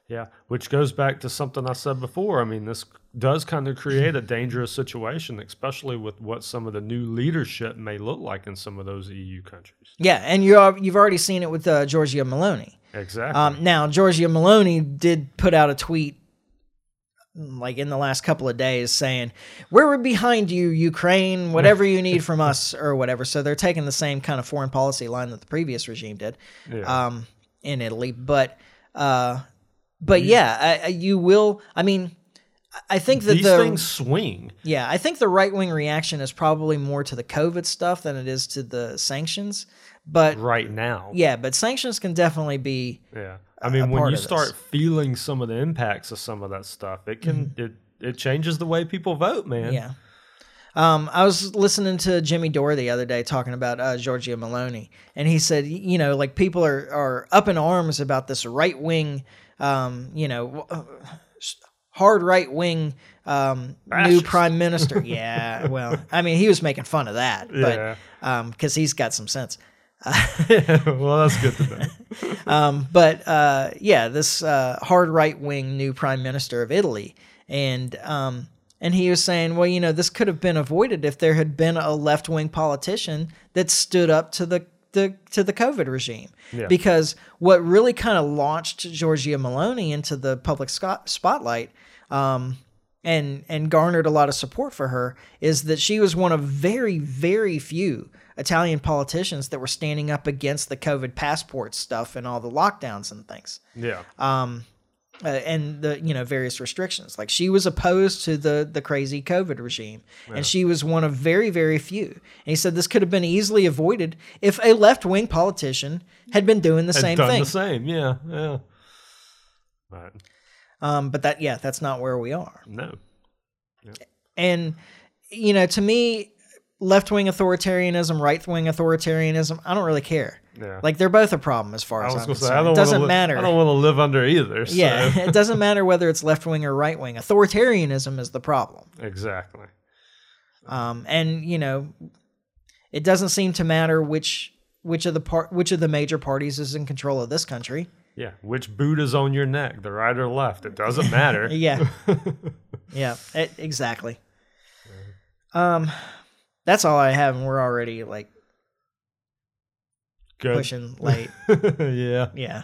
S2: Yeah, which goes back to something I said before. I mean, this does kind of create a dangerous situation, especially with what some of the new leadership may look like in some of those EU countries.
S1: Yeah, and you are, you've already seen it with uh, Giorgia Maloney.
S2: Exactly.
S1: Um, now, Giorgia Maloney did put out a tweet like in the last couple of days saying, We're behind you, Ukraine, whatever you need from us, or whatever. So they're taking the same kind of foreign policy line that the previous regime did
S2: Yeah.
S1: um, in Italy. But, uh, but yeah, I, I, you will. I mean, I- I think that
S2: These
S1: the
S2: things swing.
S1: yeah, I think the right wing reaction is probably more to the COVID stuff than it is to the sanctions. But
S2: right now.
S1: yeah, but sanctions can definitely be
S2: Yeah. I mean,
S1: part
S2: when you
S1: of this.
S2: start feeling some of the impacts of some of that stuff, it can it it changes the way people vote, man.
S1: Mm-hmm. Yeah. Um, I was listening to Jimmy Dore the other day talking about uh, Giorgio Maloney, and he said, you know, like people are, are up in arms about this right wing, um, you know, uh, hard right wing um, new
S2: Fascist.
S1: prime
S2: [LAUGHS]
S1: minister. yeah, well, I mean, he was making fun of that,
S2: Yeah.
S1: but because he's got some sense.
S2: [LAUGHS] well, that's good to
S1: [LAUGHS]
S2: know.
S1: but uh, yeah, this uh, hard right wing new prime minister of Italy, and um, and he was saying, well, you know, this could have been avoided if there had been a left wing politician that stood up to the. The, to the COVID regime,
S2: Yeah.
S1: because what really kind of launched Giorgia Maloney into the public sco- spotlight, um, and and garnered a lot of support for her is that she was one of very very few Italian politicians that were standing up against the COVID passport stuff and all the lockdowns and things
S2: yeah.
S1: uh, and the you know various restrictions. Like she was opposed to the the crazy COVID regime, and she was one of very very few. And he said this could have been easily avoided if a left wing politician had been doing the
S2: And
S1: same
S2: done
S1: thing.
S2: the same. Yeah. Yeah. Right.
S1: Um, but that yeah, that's not where we are.
S2: No.
S1: And you know, to me, left wing authoritarianism, right wing authoritarianism, I don't really care.
S2: Yeah.
S1: Like they're both a problem as far
S2: I
S1: as
S2: was
S1: I'm
S2: gonna say
S1: concerned.
S2: I don't
S1: it doesn't
S2: wanna li-
S1: matter.
S2: I don't want to live under either.
S1: yeah, [LAUGHS]
S2: so-
S1: it doesn't matter whether it's left wing or right wing. Authoritarianism is the problem.
S2: [LAUGHS] Exactly.
S1: Um, and you know, it doesn't seem to matter which which of the part which of the major parties is in control of this country.
S2: Yeah. Which boot is on your neck, the right or left? It doesn't matter.
S1: [LAUGHS]
S2: [LAUGHS]
S1: Yeah. yeah, e- exactly. Um that's all I have and we're already like
S2: Good.
S1: pushing late.
S2: [LAUGHS] yeah.
S1: Yeah.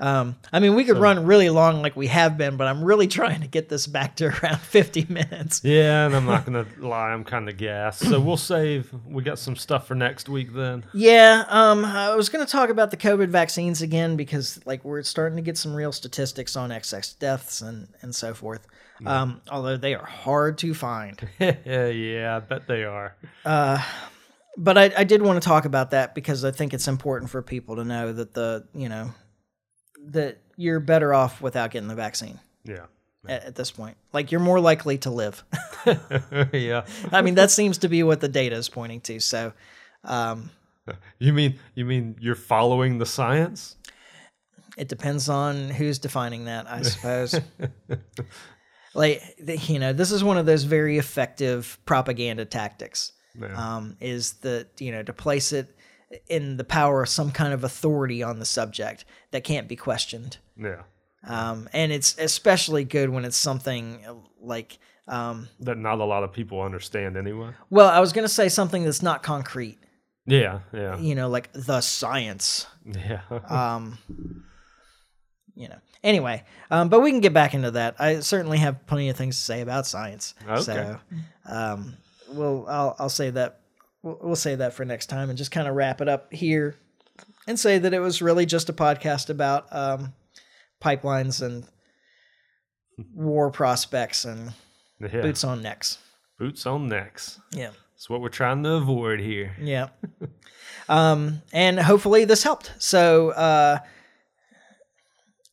S1: Um, I mean, we could run really long like we have been, but I'm really [LAUGHS] trying to get this back to around [LAUGHS] 50 minutes.
S2: Yeah, and I'm not gonna lie, I'm kind of gassed. So we'll save. We got some stuff for next week then.
S1: Yeah. Um, I was going to talk about the COVID vaccines again because, like, we're starting to get some real statistics on excess deaths and, and so forth. Um, although they are hard to find. [LAUGHS]
S2: yeah, I bet they are.
S1: but I, I did want to talk about that because I think it's important for people to know that the, you know, that you're better off without getting the vaccine
S2: Yeah.
S1: at, at this point. Like, you're more likely to live.
S2: [LAUGHS] yeah.
S1: I mean, that seems to be what the data is pointing to. So, um,
S2: You mean you mean you're following the science?
S1: it depends on who's defining that, I suppose. like, the- you know, this is one of those very effective propaganda tactics.
S2: Yeah.
S1: Um, is that you know to place it in the power of some kind of authority on the subject that can't be questioned.
S2: Yeah.
S1: Um, and it's especially good when it's something like, um,
S2: that not a lot of people understand anyway.
S1: well, I was going to say something that's not concrete,
S2: Yeah, yeah, Uh,
S1: you know, like the science.
S2: yeah. [LAUGHS]
S1: Um, you know, anyway, um, but we can get back into that. I certainly have plenty of things to say about science.
S2: Okay.
S1: So, um, we'll, I'll, I'll say that. We'll, we'll say that for next time and just kind of wrap it up here and say that it was really just a podcast about, um, pipelines and war prospects and
S2: yeah.
S1: boots on necks.
S2: Boots on necks.
S1: Yeah.
S2: That's what we're trying to avoid here.
S1: Yeah. [LAUGHS] um, and hopefully this helped. So uh,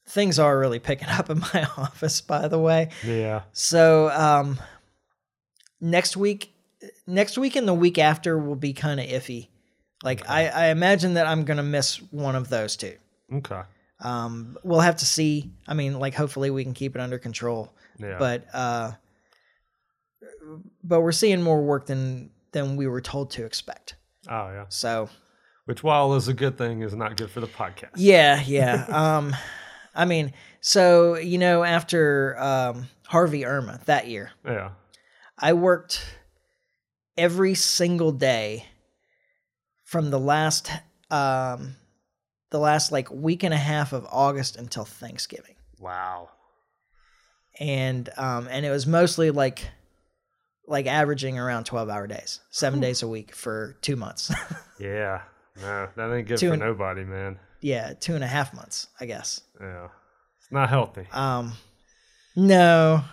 S1: things are really picking up in my [LAUGHS] office, by the way.
S2: Yeah.
S1: So um, next week, next week and the week after will be kind of iffy. Like I, I imagine that I'm gonna miss one of those two.
S2: Okay.
S1: Um, we'll have to see. I mean, like hopefully we can keep it under control.
S2: Yeah.
S1: But uh, but we're seeing more work than than we were told to expect.
S2: oh yeah.
S1: So
S2: Which while is a good thing, is not good for the podcast.
S1: Yeah, yeah. um, I mean, so you know, after um, Harvey Irma that year,
S2: Yeah.
S1: I worked every single day from the last um, the last like week and a half of August until Thanksgiving,
S2: Wow.
S1: and um, and it was mostly like like averaging around 12 hour days seven days a week for two months [LAUGHS]
S2: Yeah. No, that ain't good
S1: Two
S2: for
S1: and-
S2: nobody, man.
S1: yeah two and a half months i guess
S2: Yeah. It's not healthy.
S1: Um, no,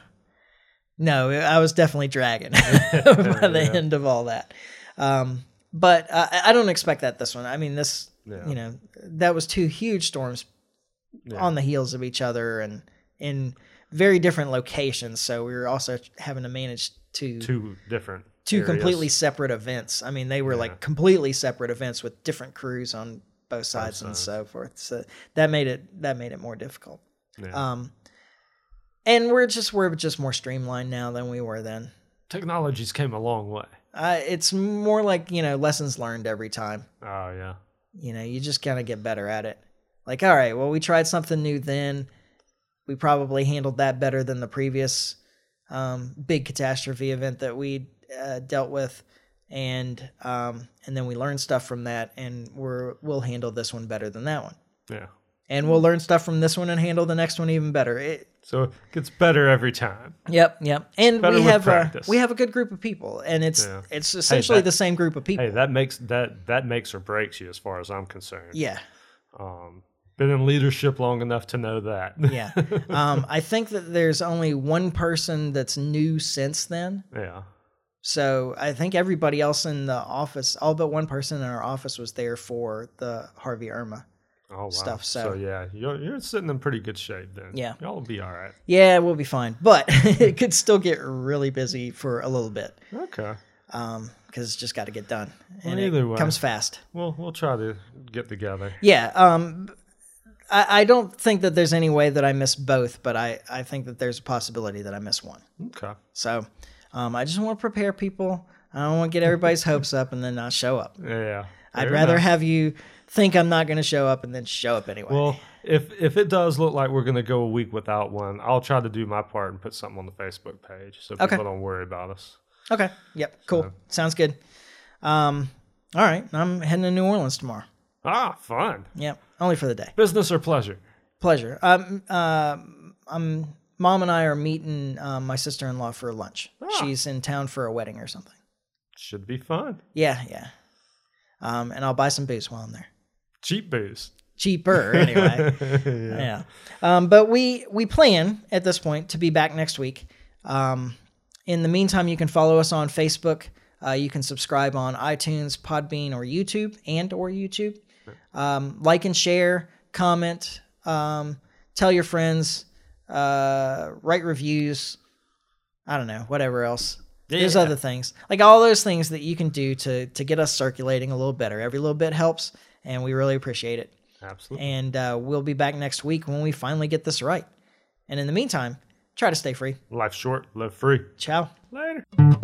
S1: no, I was definitely dragging [LAUGHS] by the
S2: Yeah.
S1: end of all that. Um, but I, I don't expect that this one. I mean, this,
S2: Yeah.
S1: you know, that was two huge storms
S2: Yeah.
S1: on the heels of each other and in very different locations. So we were also having to manage to two,
S2: Two different. areas.
S1: completely separate events. I mean, they were
S2: Yeah.
S1: like completely separate events with different crews on both sides and
S2: sides.
S1: so forth. So that made it that made it more difficult.
S2: Yeah.
S1: Um, and we're just we're just more streamlined now than we were then.
S2: Technologies came a long way.
S1: Uh, it's more like you know lessons learned every time.
S2: Oh yeah.
S1: You know, you just kind of get better at it. Like, all right, well, we tried something new then. We probably handled that better than the previous um, big catastrophe event that we uh, dealt with, and um, and then we learned stuff from that, and we're we'll handle this one better than that one,
S2: Yeah.
S1: and we'll learn stuff from this one and handle the next one even better. It,
S2: So it gets better every time.
S1: Yep, yep. And
S2: Better
S1: we
S2: with
S1: have a,
S2: practice.
S1: we have a good group of people, and it's
S2: Yeah.
S1: it's essentially
S2: that-
S1: the same group of people.
S2: Hey, that makes that that makes or breaks you as far as I'm concerned. [LAUGHS]
S1: Yeah,
S2: Um been in leadership long enough to know that. [LAUGHS]
S1: yeah. um, I think that there's only one person that's new since then.
S2: yeah.
S1: So I think everybody else in the office, all but one person in our office, was there for the Harvey Irma.
S2: Oh wow.
S1: Stuff, so-
S2: so yeah, you're you're sitting in pretty good shape then.
S1: Yeah.
S2: Y'all will be all right.
S1: Yeah, we'll be fine, but [LAUGHS] it could still get really busy for a little bit
S2: Okay.
S1: because it's just got to get done,
S2: Well,
S1: and it
S2: either way.
S1: comes fast.
S2: Well, we'll try to get together.
S1: Yeah. Um, I, I don't think that there's any way that I miss both, but I, I think that there's a possibility that I miss one.
S2: Okay.
S1: So um, I just want to prepare people. I don't want to get
S2: [LAUGHS]
S1: everybody's hopes up and then not show up.
S2: Yeah.
S1: I'd
S2: fair
S1: rather
S2: enough.
S1: have you think I'm not going to show up and then show up anyway.
S2: Well, if if it does look like we're gonna go a week without one, I'll try to do my part and put something on the Facebook page so people
S1: Okay.
S2: don't worry about us.
S1: okay. Yep. Cool. Sounds good. Um, all right. I'm heading to New Orleans tomorrow.
S2: Ah, fun.
S1: Yep. Only for the day.
S2: Business or pleasure?
S1: Pleasure. Um, uh, I'm, mom and I are meeting um, my sister in law for lunch.
S2: Ah.
S1: She's in town for a wedding or something.
S2: Should be fun.
S1: Yeah, yeah. Um, and I'll buy some booze while I'm there.
S2: Cheap booze.
S1: Cheaper anyway. yeah. Um, but we we plan at this point to be back next week. Um, in the meantime, you can follow us on Facebook. Uh, you can subscribe on iTunes, Podbean, or YouTube, and or YouTube. Um, like and share, comment, um, tell your friends, uh, write reviews. I don't know, whatever else. There's
S2: Yeah.
S1: other things like all those things that you can do to to get us circulating a little better. Every little bit helps, and we really appreciate it.
S2: Absolutely.
S1: And uh, we'll be back next week when we finally get this right. And in the meantime, try to stay free.
S2: Life short, live free.
S1: Ciao.
S2: Later.